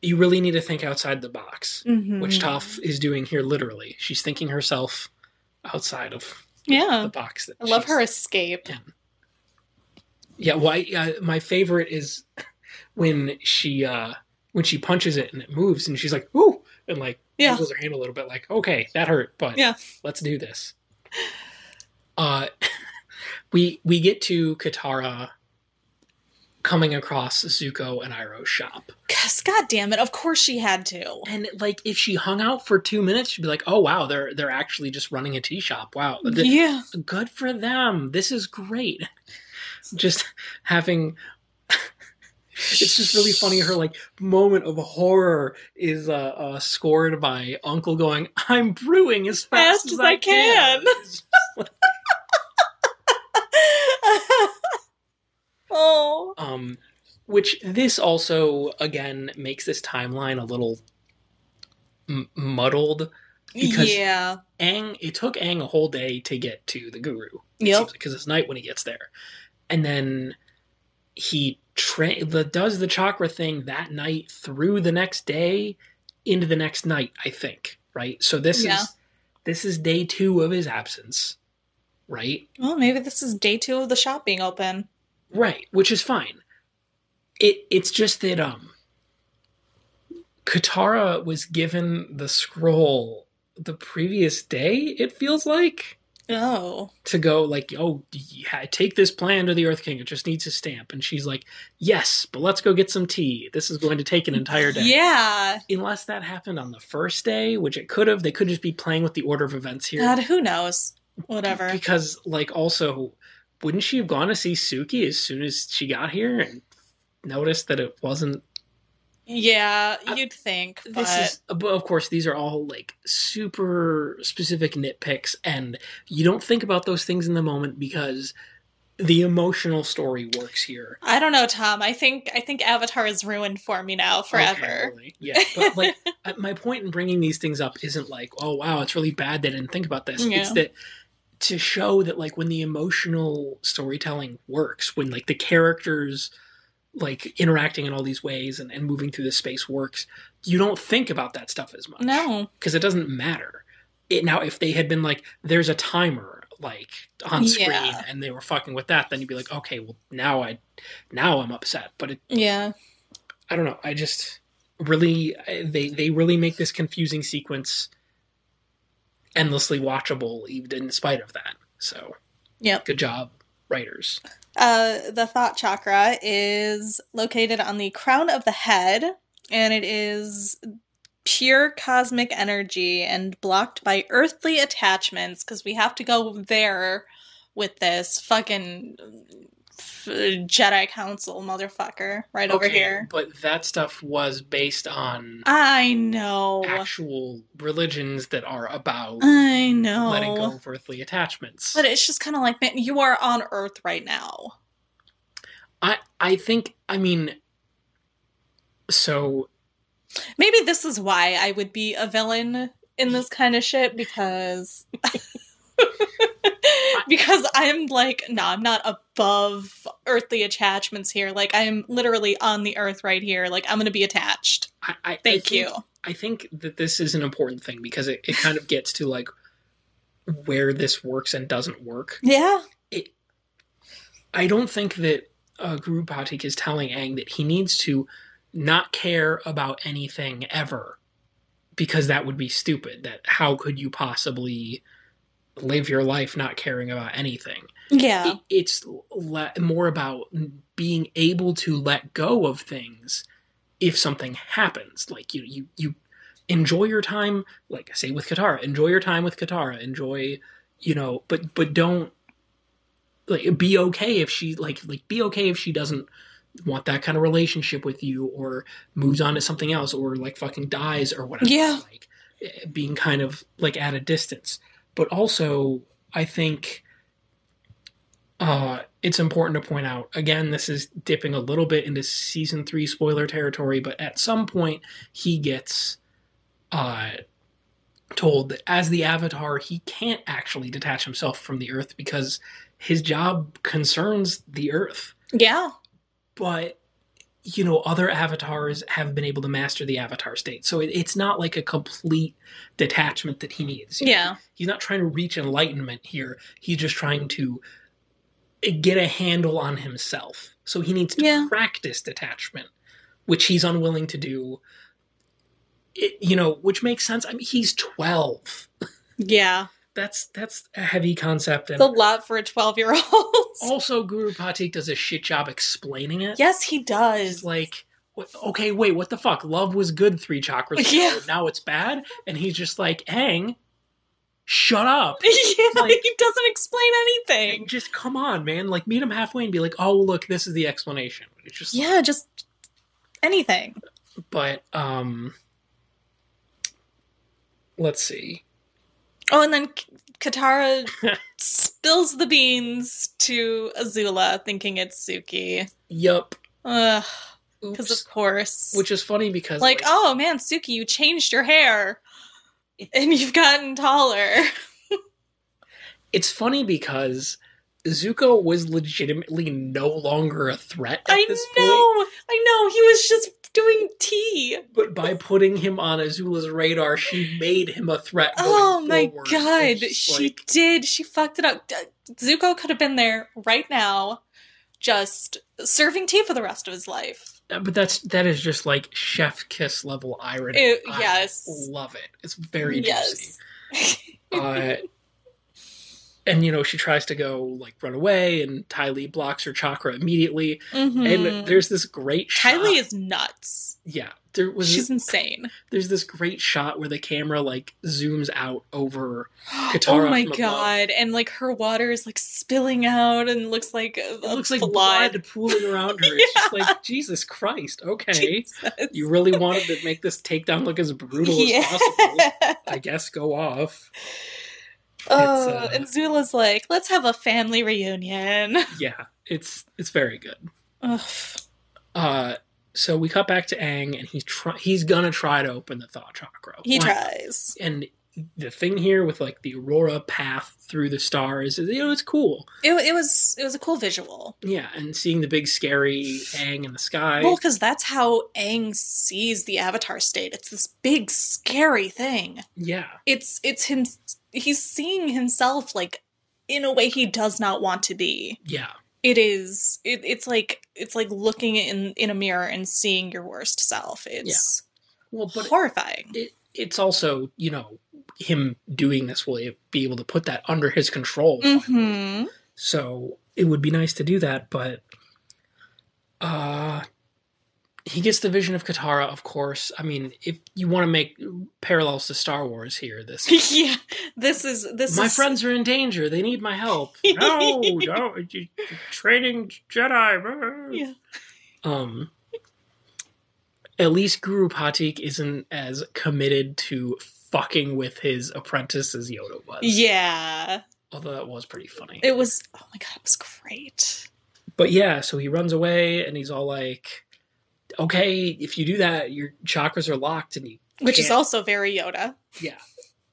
A: you really need to think outside the box,
B: Mm-hmm.
A: which Toph is doing here literally. She's thinking herself outside of the
B: Yeah,
A: box that
B: Um, I love
A: she's-
B: her escape.
A: Yeah, why uh, my favorite is when she uh when she punches it and it moves and she's like, "Ooh." And like
B: Yeah,
A: Uses her hand a little bit, like, okay, that hurt, but
B: Yeah.
A: let's do this. Uh, we we get to Katara coming across Zuko and Iroh's shop,
B: cause god damn it, of course she had to.
A: and like if she hung out for two minutes, she'd be like, oh wow, they're they're actually just running a tea shop. Wow, Th-
B: Yeah,
A: good for them. This is great. Just having it's just really funny her like moment of horror is uh, uh scored by uncle going i'm brewing as fast, as, i can,
B: oh,
A: um which this also again makes this timeline a little m- muddled Because-
B: yeah,
A: ang it took ang a whole day to get to the guru
B: yep,
A: because it's night when he gets there and then he tra- the, does the chakra thing that night through the next day into the next night i think right so this
B: Yeah.
A: is this is day two of his absence right
B: Well, maybe this is day two of the shop being open.
A: right which is fine it it's just that um katara was given the scroll the previous day it feels like
B: Oh.
A: to go like, oh, yeah, take this plan to the Earth King. It just needs a stamp. And she's like, yes, but let's go get some tea. This is going to take an entire day.
B: Yeah.
A: Unless that happened on the first day, which it could have. They could just be playing with the order of events here.
B: God, who knows? Whatever.
A: Because, like, also, wouldn't she have gone to see Suki as soon as she got here and noticed that it wasn't?
B: Yeah,
A: I-
B: you'd think, but
A: This is, but of course, these are all like super specific nitpicks, and you don't think about those things in the moment because the emotional story works here.
B: I don't know, Tom. I think I think Avatar is ruined for me now
A: Okay,
B: forever.
A: really. Yeah, but like I- my point in bringing these things up isn't like, oh wow, it's really bad they didn't think about this. It's
B: Yeah.
A: that to show that like when the emotional storytelling works, when like the characters like interacting in all these ways and, and moving through the space works, you don't think about that stuff as much.
B: No.
A: Because it doesn't matter. It, now, if they had been like, there's a timer like on screen,
B: Yeah.
A: and they were fucking with that, then you'd be like, okay, well now I, now I'm upset. But it
B: Yeah.
A: I don't know. I just really I- they they really make this confusing sequence endlessly watchable, even in spite of that. So
B: Yep.
A: good job, writers.
B: Uh the thought chakra is located on the crown of the head and it is pure cosmic energy and blocked by earthly attachments cuz we have to go there with this fucking f- Jedi Council motherfucker right over here.
A: but that stuff was based on
B: I know.
A: actual religions that are about
B: I know.
A: letting go of earthly attachments.
B: But it's just kind of like, man, you are on Earth right now.
A: I I think I mean. So
B: Maybe this is why I would be a villain in this kind of shit because. because I'm like, no, I'm not above earthly attachments here. Like, I'm literally on the earth right here. Like, I'm going to be attached.
A: I, I I
B: Thank
A: think-
B: you.
A: I think that this is an important thing because it, it kind of gets to like where this works and doesn't work.
B: Yeah.
A: I don't think that uh, Guru Patik is telling Aang that he needs to not care about anything ever because that would be stupid. That how could you possibly live your life not caring about anything?
B: Yeah.
A: It, it's le- more about being able to let go of things if something happens. Like you, you, you enjoy your time. Like I say with Katara, enjoy your time with Katara. Enjoy, you know, but but don't like be okay if she like like be okay if she doesn't want that kind of relationship with you or moves on to something else or like fucking dies or whatever.
B: Yeah.
A: Like eh, being kind of like at a distance. But also, I think uh, it's important to point out again, this is dipping a little bit into season three spoiler territory, but at some point, he gets uh, told that as the Avatar, he can't actually detach himself from the Earth because his job concerns the Earth
B: Yeah.
A: but you know other avatars have been able to master the avatar state so it, it's not like a complete detachment that he needs you know?
B: Yeah.
A: he's not trying to reach enlightenment here he's just trying to get a handle on himself so he needs to
B: Yeah.
A: practice detachment which he's unwilling to do it, you know which makes sense i mean he's 12
B: Yeah.
A: that's that's a heavy concept and
B: It's a lot for a 12 year old.
A: also guru patik does a shit job explaining it
B: Oh, Yes, he
A: is
B: does.
A: like, what- okay, wait, what the fuck? Love was good three chakras ago.
B: Yeah.
A: Now it's bad. And he's just like, Aang, shut up.
B: yeah,
A: like-
B: he doesn't explain anything.
A: Just come on, man. Like, meet him halfway and be like, oh, look, this is the explanation. It's just,
B: Yeah, just anything.
A: but, um, let's see.
B: Oh, and then K- Katara spills the beans to Azula, thinking it's Suki.
A: Yup.
B: Ugh, because
A: Oops.
B: of course.
A: Which is funny because,
B: like, oh man, Suki, you changed your hair, and you've gotten taller.
A: it's funny because Zuko was legitimately no longer a threat at
B: I know,
A: this point.
B: I know. He was just doing tea.
A: But by putting him on Azula's radar, she made him a threat. going
B: Oh my
A: forward.
B: god,
A: It's just
B: she
A: like,
B: did. She fucked it up. D- Zuko could have been there right now, just serving tea for the rest of his life.
A: but that's that is just like chef kiss level irony.
B: Ew,
A: I
B: yes.
A: love it. It's very
B: Yes.
A: juicy. Uh, and you know she tries to go like run away, and Ty Lee blocks her chakra immediately.
B: Mhm.
A: And there's this great shot.
B: Kylie is nuts.
A: yeah, there was
B: She's insane.
A: there's this great shot where the camera like zooms out over.
B: oh
A: Katara
B: my
A: from above.
B: god! And like her water is like spilling out and looks like a
A: It looks like
B: flood.
A: blood pooling around her. It's just like Jesus Christ. Okay.
B: Jesus.
A: You really wanted to make this takedown look as brutal
B: Yeah.
A: as possible. I guess go off.
B: Oh,
A: uh,
B: and Zula's like, let's have a family reunion.
A: Yeah, it's it's very good.
B: Ugh.
A: Uh, so we cut back to Aang, and he's try- he's gonna try to open the Thaw Chakra.
B: He
A: Why not?
B: tries.
A: And the thing here with like the Aurora path through the stars is you know it's cool.
B: It, it was it was a cool visual.
A: Yeah, and seeing the big scary Aang in the sky.
B: Well, because that's how Aang sees the Avatar state. It's this big, scary thing.
A: yeah,
B: It's it's him. He's seeing himself like in a way he does not want to be.
A: yeah,
B: It is. It, it's like it's like looking in in a mirror and seeing your worst self. It's
A: well, but
B: horrifying.
A: it, it's also you know him doing this will be able to put that under his control.
B: hmm
A: Mm-hmm. So it would be nice to do that, but uh he gets the vision of Katara, of course. I mean, if you want to make parallels to Star Wars here, this
B: yeah. This is this.
A: my
B: is,
A: friends are in danger. They need my help. no, no, you- you're training Jedi.
B: Yeah.
A: Um. At least Guru Patik isn't as committed to fucking with his apprentice as Yoda was.
B: Yeah.
A: Although that was pretty funny.
B: It was. Oh my god! It was great.
A: but yeah, so he runs away and he's all like, "Okay, if you do that, your chakras are locked." And he,
B: Which is
A: Yeah.
B: also very Yoda.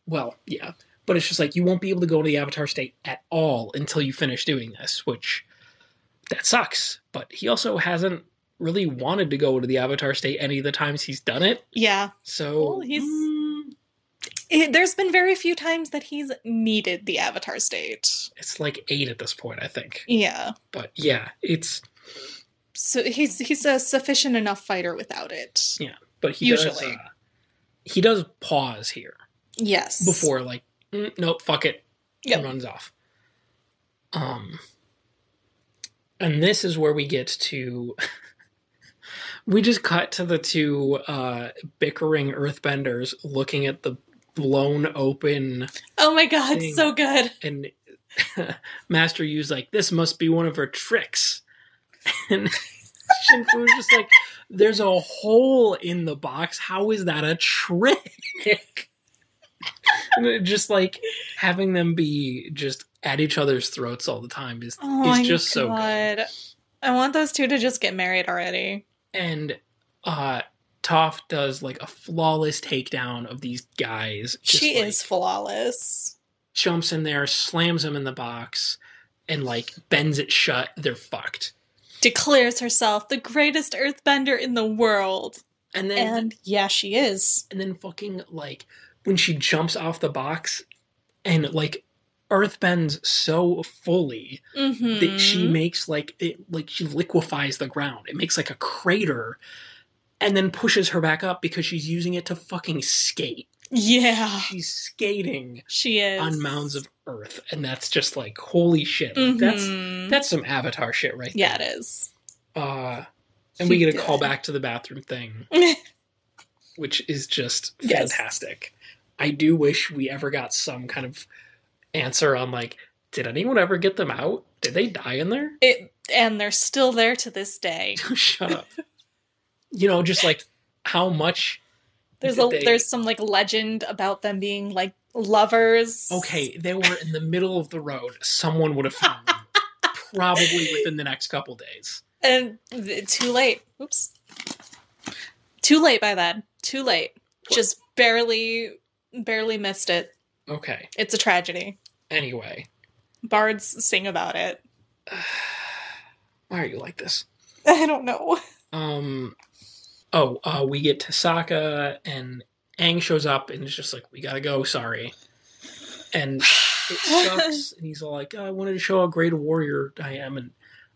A: well, yeah, but it's just like you won't be able to go into the avatar state at all until you finish doing this, which that sucks. But he also hasn't really wanted to go into the avatar state any of the times he's done it,
B: Yeah.
A: so
B: Well, he's-
A: mm,
B: It, there's been very few times that he's needed the Avatar state.
A: it's like eight at this point, I think.
B: Yeah.
A: But yeah, it's
B: So he's he's a sufficient enough fighter without it.
A: but he does
B: Usually.
A: uh, he does pause here
B: Yes.
A: before like mm, nope, fuck it,
B: Yep.
A: and runs off. Um, and this is where we get to. we just cut to the two uh, bickering Earthbenders looking at the blown open,
B: Oh my god,
A: Thing.
B: so good.
A: and Master Yu's like, "This must be one of her tricks." And Shin Fu was just like, "There's a hole in the box. How is that a trick?" And it just like having them be just at each other's throats all the time is
B: Oh
A: is
B: my
A: just so good.
B: God. I want those two to just get married already.
A: And uh Toph does like a flawless takedown of these guys. Just,
B: she
A: like,
B: is flawless.
A: jumps in there, slams them in the box, and like bends it shut. They're fucked.
B: Declares herself the greatest earthbender in the world.
A: And then
B: And yeah, she is.
A: and then fucking like when she jumps off the box and like earth bends so fully
B: Mm-hmm.
A: that she makes like it like she liquefies the ground it makes like a crater and then pushes her back up because she's using it to fucking skate
B: yeah,
A: she's skating
B: she is.
A: on mounds of earth and that's just like holy shit Like, that's
B: Mhm.
A: that's some avatar shit right
B: yeah, it is.
A: there uh and
B: She
A: we get a
B: did.
A: call back to the bathroom thing which is just
B: Yes.
A: fantastic. I do wish we ever got some kind of answer on like, did anyone ever get them out? Did they die in there?
B: It, and they're still there to this day.
A: Shut up. you know, just like how much.
B: There's
A: did
B: a
A: they-
B: there's some like legend about them being like lovers.
A: Okay, they were in the middle of the road. Someone would have found them, probably within the next couple days.
B: And th- too late. Oops. Too late by then. Too late.
A: What?
B: Just barely barely missed it.
A: Okay.
B: It's a tragedy.
A: Anyway,
B: Bards sing about it.
A: why are you like this?
B: I don't know.
A: Um. Oh, uh, we get Tasaka and Aang shows up and is just like, "We gotta go. Sorry." And it sucks. and he's all like, "Oh, I wanted to show how great a warrior I am. And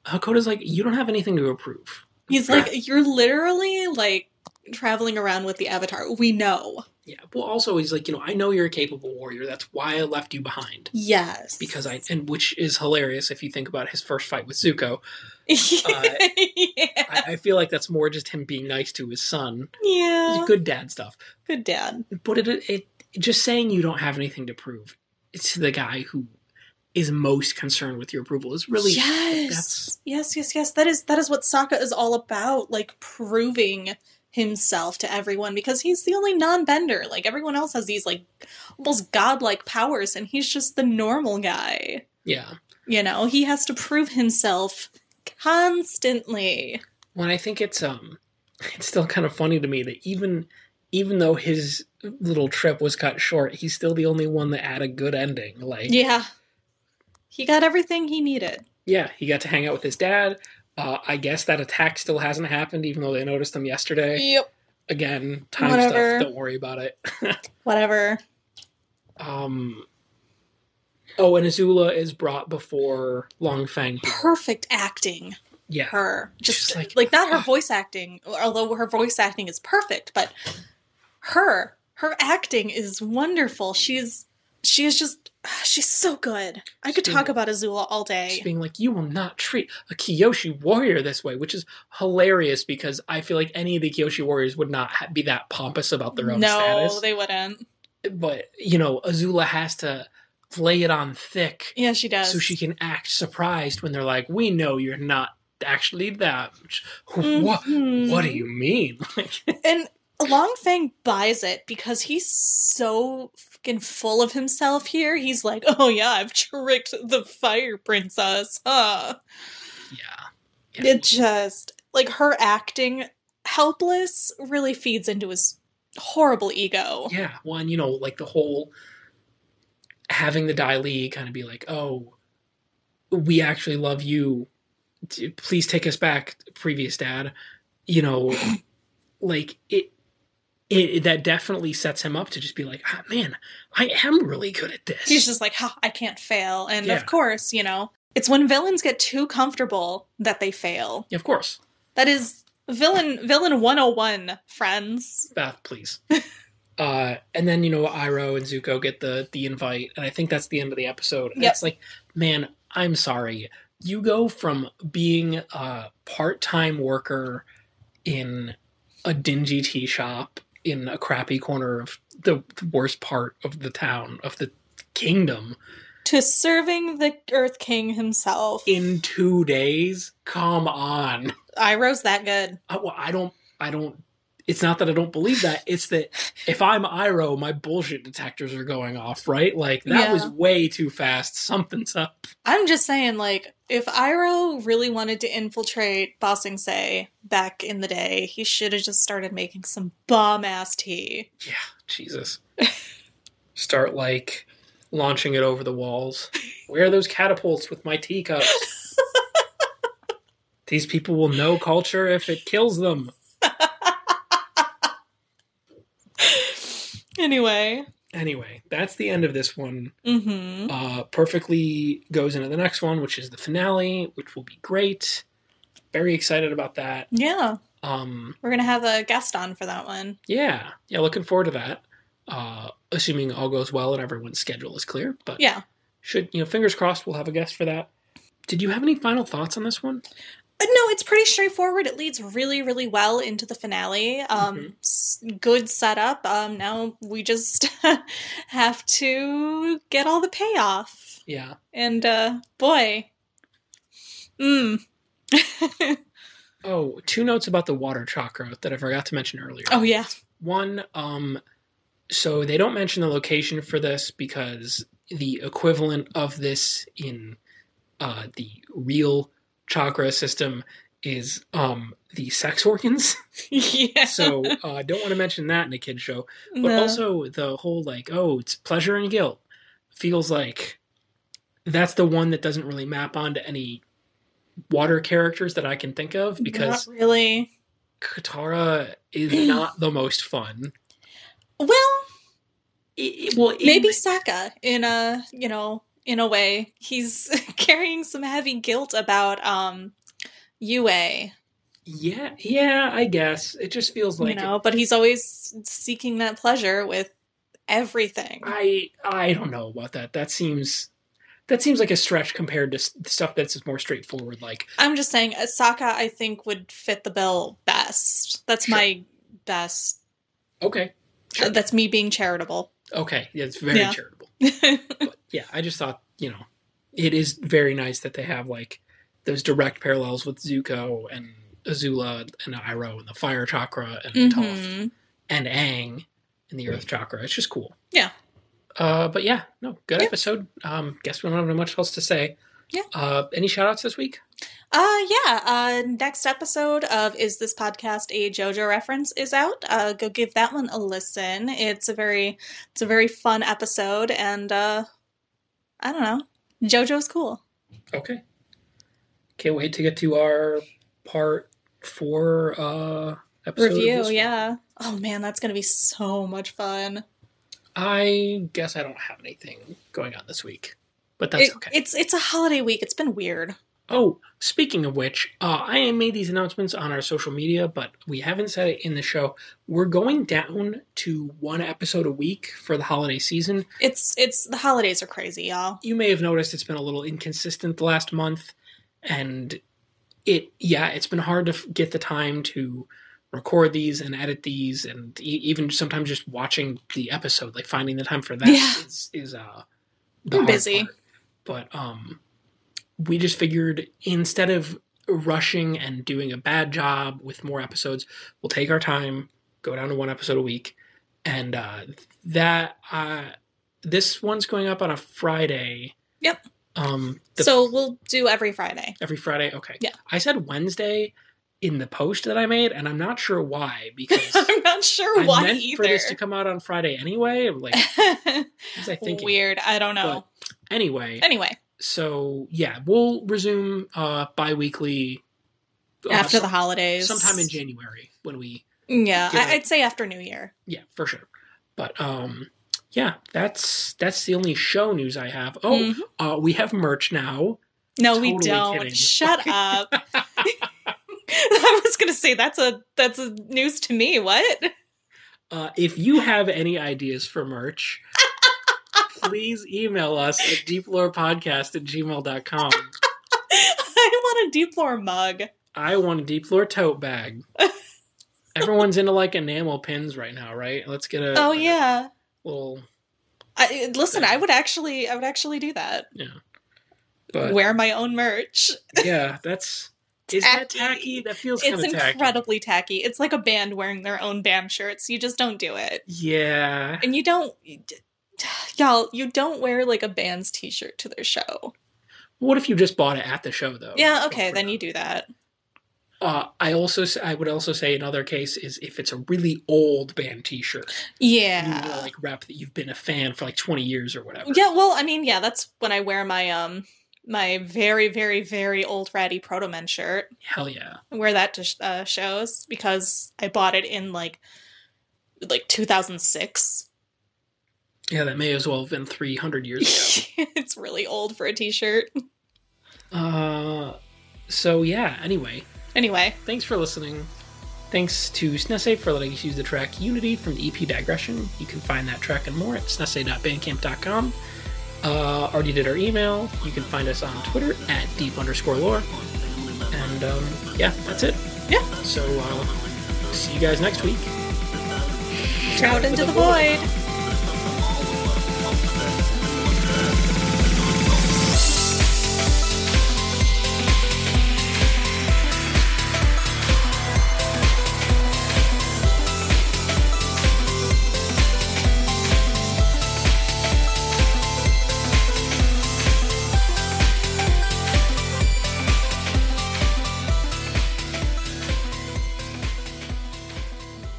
A: Hakoda's like, You don't have anything to approve.
B: He's like you're literally like traveling around with the avatar. We know.
A: Yeah. Well, also, he's like, You know, I know you're a capable warrior. That's why I left you behind.
B: Yes.
A: Because I, and which is hilarious if you think about his first fight with Zuko.
B: yeah.
A: I, I feel like that's more just him being nice to his son.
B: yeah. Good.
A: Good dad stuff.
B: dad.
A: But it, it, just saying you don't have anything to prove to the guy who is most concerned with your approval is really,
B: yes.
A: that's-
B: yes, yes, yes. That is that is what Sokka is all about, like proving himself to everyone because he's the only non-bender. Like everyone else has these like almost godlike powers and he's just the normal guy.
A: yeah.
B: You know, he has to prove himself constantly.
A: Well, I think it's um, it's still kind of funny to me that even even though his little trip was cut short, he's still the only one that had a good ending. Like,
B: Yeah. He got everything he needed.
A: yeah, he got to hang out with his dad. Uh, I guess that attack still hasn't happened, even though they noticed him yesterday.
B: Yep.
A: Again, time
B: Whatever.
A: stuff. Don't worry about it.
B: Whatever.
A: um, oh, and Azula is brought before Longfang.
B: Perfect acting.
A: Yeah,
B: her just
A: She's
B: like,
A: like,
B: not her voice acting although her voice acting is perfect but her her acting is wonderful she's she is just she's so good i could
A: She's
B: talk
A: been-
B: about azula all
A: just
B: day
A: being like, "You will not treat a Kyoshi warrior this way," which is hilarious because I feel like any of the Kyoshi warriors would not ha- be that pompous about their own
B: no
A: status.
B: they wouldn't
A: but you know, Azula has to lay it on thick
B: yeah she does
A: so she can act surprised when they're like, "We know you're not actually that." What?
B: Mhm.
A: What do you mean? Like,
B: and longfang buys it because he's so fucking full of himself here he's like oh yeah i've tricked the fire princess huh
A: yeah. yeah.
B: It just like her acting helpless really feeds into his horrible ego.
A: Yeah. Well, and you know, like the whole having the Dai Li kind of be like, oh, we actually love you. D- Please take us back, previous dad. You know, like it, it that definitely sets him up to just be like, ah, man, I am really good at this.
B: He's just like, ha, I can't fail. And
A: Yeah.
B: of course, you know, it's when villains get too comfortable that they fail.
A: Yeah, of course,
B: That is villain villain 101, friends.
A: Bath, please. uh, and then you know, Iroh and Zuko get the the invite, and I think that's the end of the episode. And
B: Yep.
A: It's like, man, I'm sorry. You go from being a part time worker in a dingy tea shop in a crappy corner of the, the worst part of the town of the kingdom
B: to serving the Earth King himself.
A: in two days. Come on.
B: Iroh's that good.
A: I, well, I don't. I don't. It's not that I don't believe that. It's that if I'm Iro, my bullshit detectors are going off. Right? Like that
B: Yeah.
A: was way too fast. Something's up.
B: I'm just saying, like, if Iroh really wanted to infiltrate Bossing Se back in the day, he should have just started making some bomb ass tea.
A: Yeah. Jesus. Start like launching it over the walls. Where are those catapults with my teacups? These people will know culture if it kills them.
B: Anyway.
A: Anyway, that's the end of this one.
B: Mm-hmm.
A: uh, perfectly goes into the next one, which is the finale, which will be great. Very excited about that.
B: Yeah.
A: Um,
B: We're gonna have a guest on for that one.
A: yeah, yeah, looking forward to that. Uh, assuming all goes well and everyone's schedule is clear, but
B: Yeah.
A: should you know, fingers crossed, we'll have a guest for that. Did you have any final thoughts on this one?
B: But no, it's pretty straightforward. It leads really, really well into the finale. Um, s- Good setup. Um, now we just have to get all the payoff.
A: Yeah,
B: And uh, boy, mm.
A: Oh, two notes about the water chakra that I forgot to mention earlier.
B: oh yeah,
A: One, um, so they don't mention the location for this because the equivalent of this in uh, the real chakra system is um, the sex organs.
B: yeah.
A: so uh, don't want to mention that in a kid show. But
B: No.
A: also the whole like, oh, it's pleasure and guilt feels like that's the one that doesn't really map onto any water characters that I can think of because
B: Not really.
A: Katara is not the most fun.
B: Well,
A: I- I- well, in-
B: maybe Sokka in a you know in a way he's carrying some heavy guilt about um Yue.
A: yeah, yeah. I guess it just feels like
B: you know, but he's always seeking that pleasure with everything.
A: I I don't know about that. That seems that seems like a stretch compared to s- stuff that's more straightforward. Like
B: I'm just saying, uh, Sokka, I think, would fit the bill best. That's
A: Sure.
B: my best.
A: okay, Sure.
B: uh, that's me being charitable.
A: okay, yeah, it's very
B: Yeah.
A: charitable. But yeah, I just thought you know it is very nice that they have like those direct parallels with Zuko and Azula and Iroh and the Fire Chakra and Toph.
B: Mhm.
A: and Aang in the Earth Chakra. It's just cool.
B: Yeah.
A: Uh, but yeah, no, good
B: Yeah.
A: episode. Um, guess we don't have much else to say.
B: Yeah.
A: Uh, any shout outs this week?
B: Uh, yeah. Uh, next episode of Is This Podcast a JoJo Reference is out. Uh, go give that one a listen. It's a very, it's a very fun episode, and uh, I don't know, JoJo's cool.
A: Okay. Can't wait to get to our part four uh, episode. of
B: Review,
A: this one.
B: yeah. Oh man, that's gonna be so much fun.
A: I guess I don't have anything going on this week, but that's
B: It-
A: okay.
B: It's it's a holiday week. It's been weird.
A: Oh, speaking of which, uh, I made these announcements on our social media, but we haven't said it in the show. We're going down to one episode a week for the holiday season.
B: It's it's the holidays are crazy, y'all.
A: you may have noticed it's been a little inconsistent the last month and it yeah it's been hard to f- get the time to record these and edit these and e- even sometimes just watching the episode like finding the time for that
B: Yeah.
A: is is uh
B: I'm
A: hard
B: busy.
A: part. but um we just figured instead of rushing and doing a bad job with more episodes we'll take our time go down to one episode a week and uh that uh this one's going up on a friday
B: Yep.
A: um the
B: so we'll do every Friday.
A: Every Friday? Okay.
B: Yeah.
A: I said Wednesday in the post that I made, and I'm not sure why because
B: I'm not sure
A: I
B: why
A: meant
B: either.
A: for this to come out on Friday anyway. I'm like, what was I thinking?
B: weird. I don't know.
A: Anyway,
B: anyway,
A: so yeah, we'll resume uh bi weekly uh,
B: after the
A: some-
B: holidays,
A: sometime in January when we
B: Yeah,
A: Yeah.
B: I, I'd say after New Year.
A: yeah, for sure. But um yeah, that's that's the only show news I have. Oh,
B: Mhm.
A: uh, we have merch now.
B: no, we
A: totally
B: don't.
A: kidding.
B: Shut up. I was gonna say that's a that's a news to me. What?
A: Uh, if you have any ideas for merch, please email us at deeplorepodcast at gmail.com.
B: I want a deep lore mug.
A: Uh, I want a deep lore tote bag. Everyone's into like enamel pins right now, right? Let's get a
B: oh yeah.
A: little
B: I listen. I would actually, I would actually do that.
A: But
B: Wear my own merch.
A: yeah, that's is that
B: Tacky.
A: tacky? That feels kind
B: It's
A: of tacky.
B: incredibly tacky. It's like a band wearing their own BAM shirts. You just don't do it,
A: Yeah,
B: and you don't, y'all. You don't wear like a band's T-shirt to their show.
A: Oh, What if you just bought it at the show though?
B: Yeah, okay, then you do that.
A: Uh, I also s- I would also say another case is if it's a really old band T-shirt, you know,
B: Yeah.
A: like rep that you've been a fan for like twenty years or whatever.
B: Yeah, well, I mean, yeah, that's when I wear my um my very very very old ratty proto men shirt.
A: Hell yeah,
B: I wear that to sh- uh, shows because I bought it in like like 2006.
A: yeah, that may as well have been three hundred years
B: it's really old for a t-shirt.
A: ago. uh, so yeah. Anyway,
B: Anyway,
A: Thanks for listening. Thanks to Snesse for letting us use the track Unity from the EP Digression. You can find that track and more at snesse.bandcamp.com. Uh, already did our email. You can find us on Twitter at deep underscore lore. And um, yeah, that's it.
B: Yeah.
A: So uh, see you guys next week.
B: out into the void.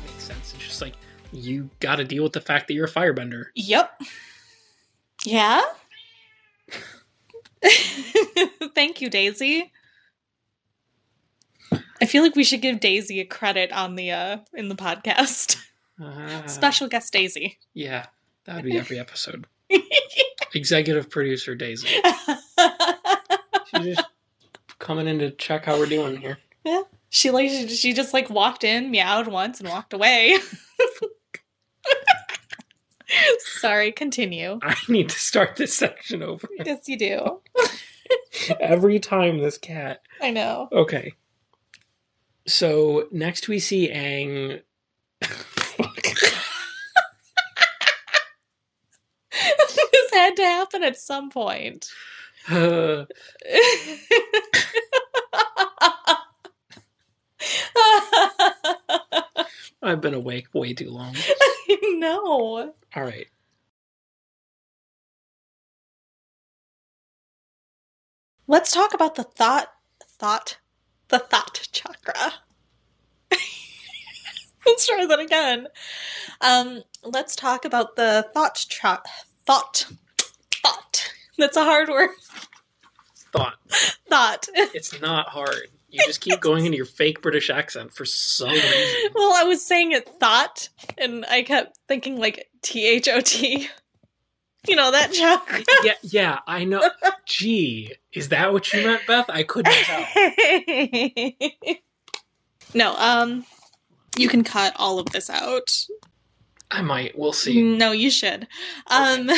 A: Makes sense. It's just like you got to deal with the fact that you're a firebender.
B: Yep. Yeah. Thank you, Daisy. I feel like we should give Daisy a credit on the uh in the podcast. Uh,
A: Ah.
B: Special guest Daisy.
A: Yeah, that would be every episode. Executive producer Daisy. She's just coming in to check how we're doing here.
B: she like she just like walked in, meowed once, and walked away. Sorry, continue.
A: I need to start this section over
B: Yes, you do.
A: every time this cat.
B: I know.
A: Okay. So next we see Aang. Fuck.
B: this had to happen at some point.
A: Uh, I've been awake way too long.
B: no.
A: All right.
B: Let's talk about the thought, thought, the thought chakra. let's try that again. Um, let's talk about the thought tra- thought, thought. That's a hard word.
A: Thought.
B: Thought.
A: It's not hard. You just keep going into your fake British accent for some reason.
B: well, I was saying it thought, and I kept thinking like T H O T. You know that chakra.
A: Yeah, yeah, I know. Gee, is that what you meant, Beth? I couldn't tell.
B: no, um, you can cut all of this out.
A: I might. We'll see.
B: No, you should. Um,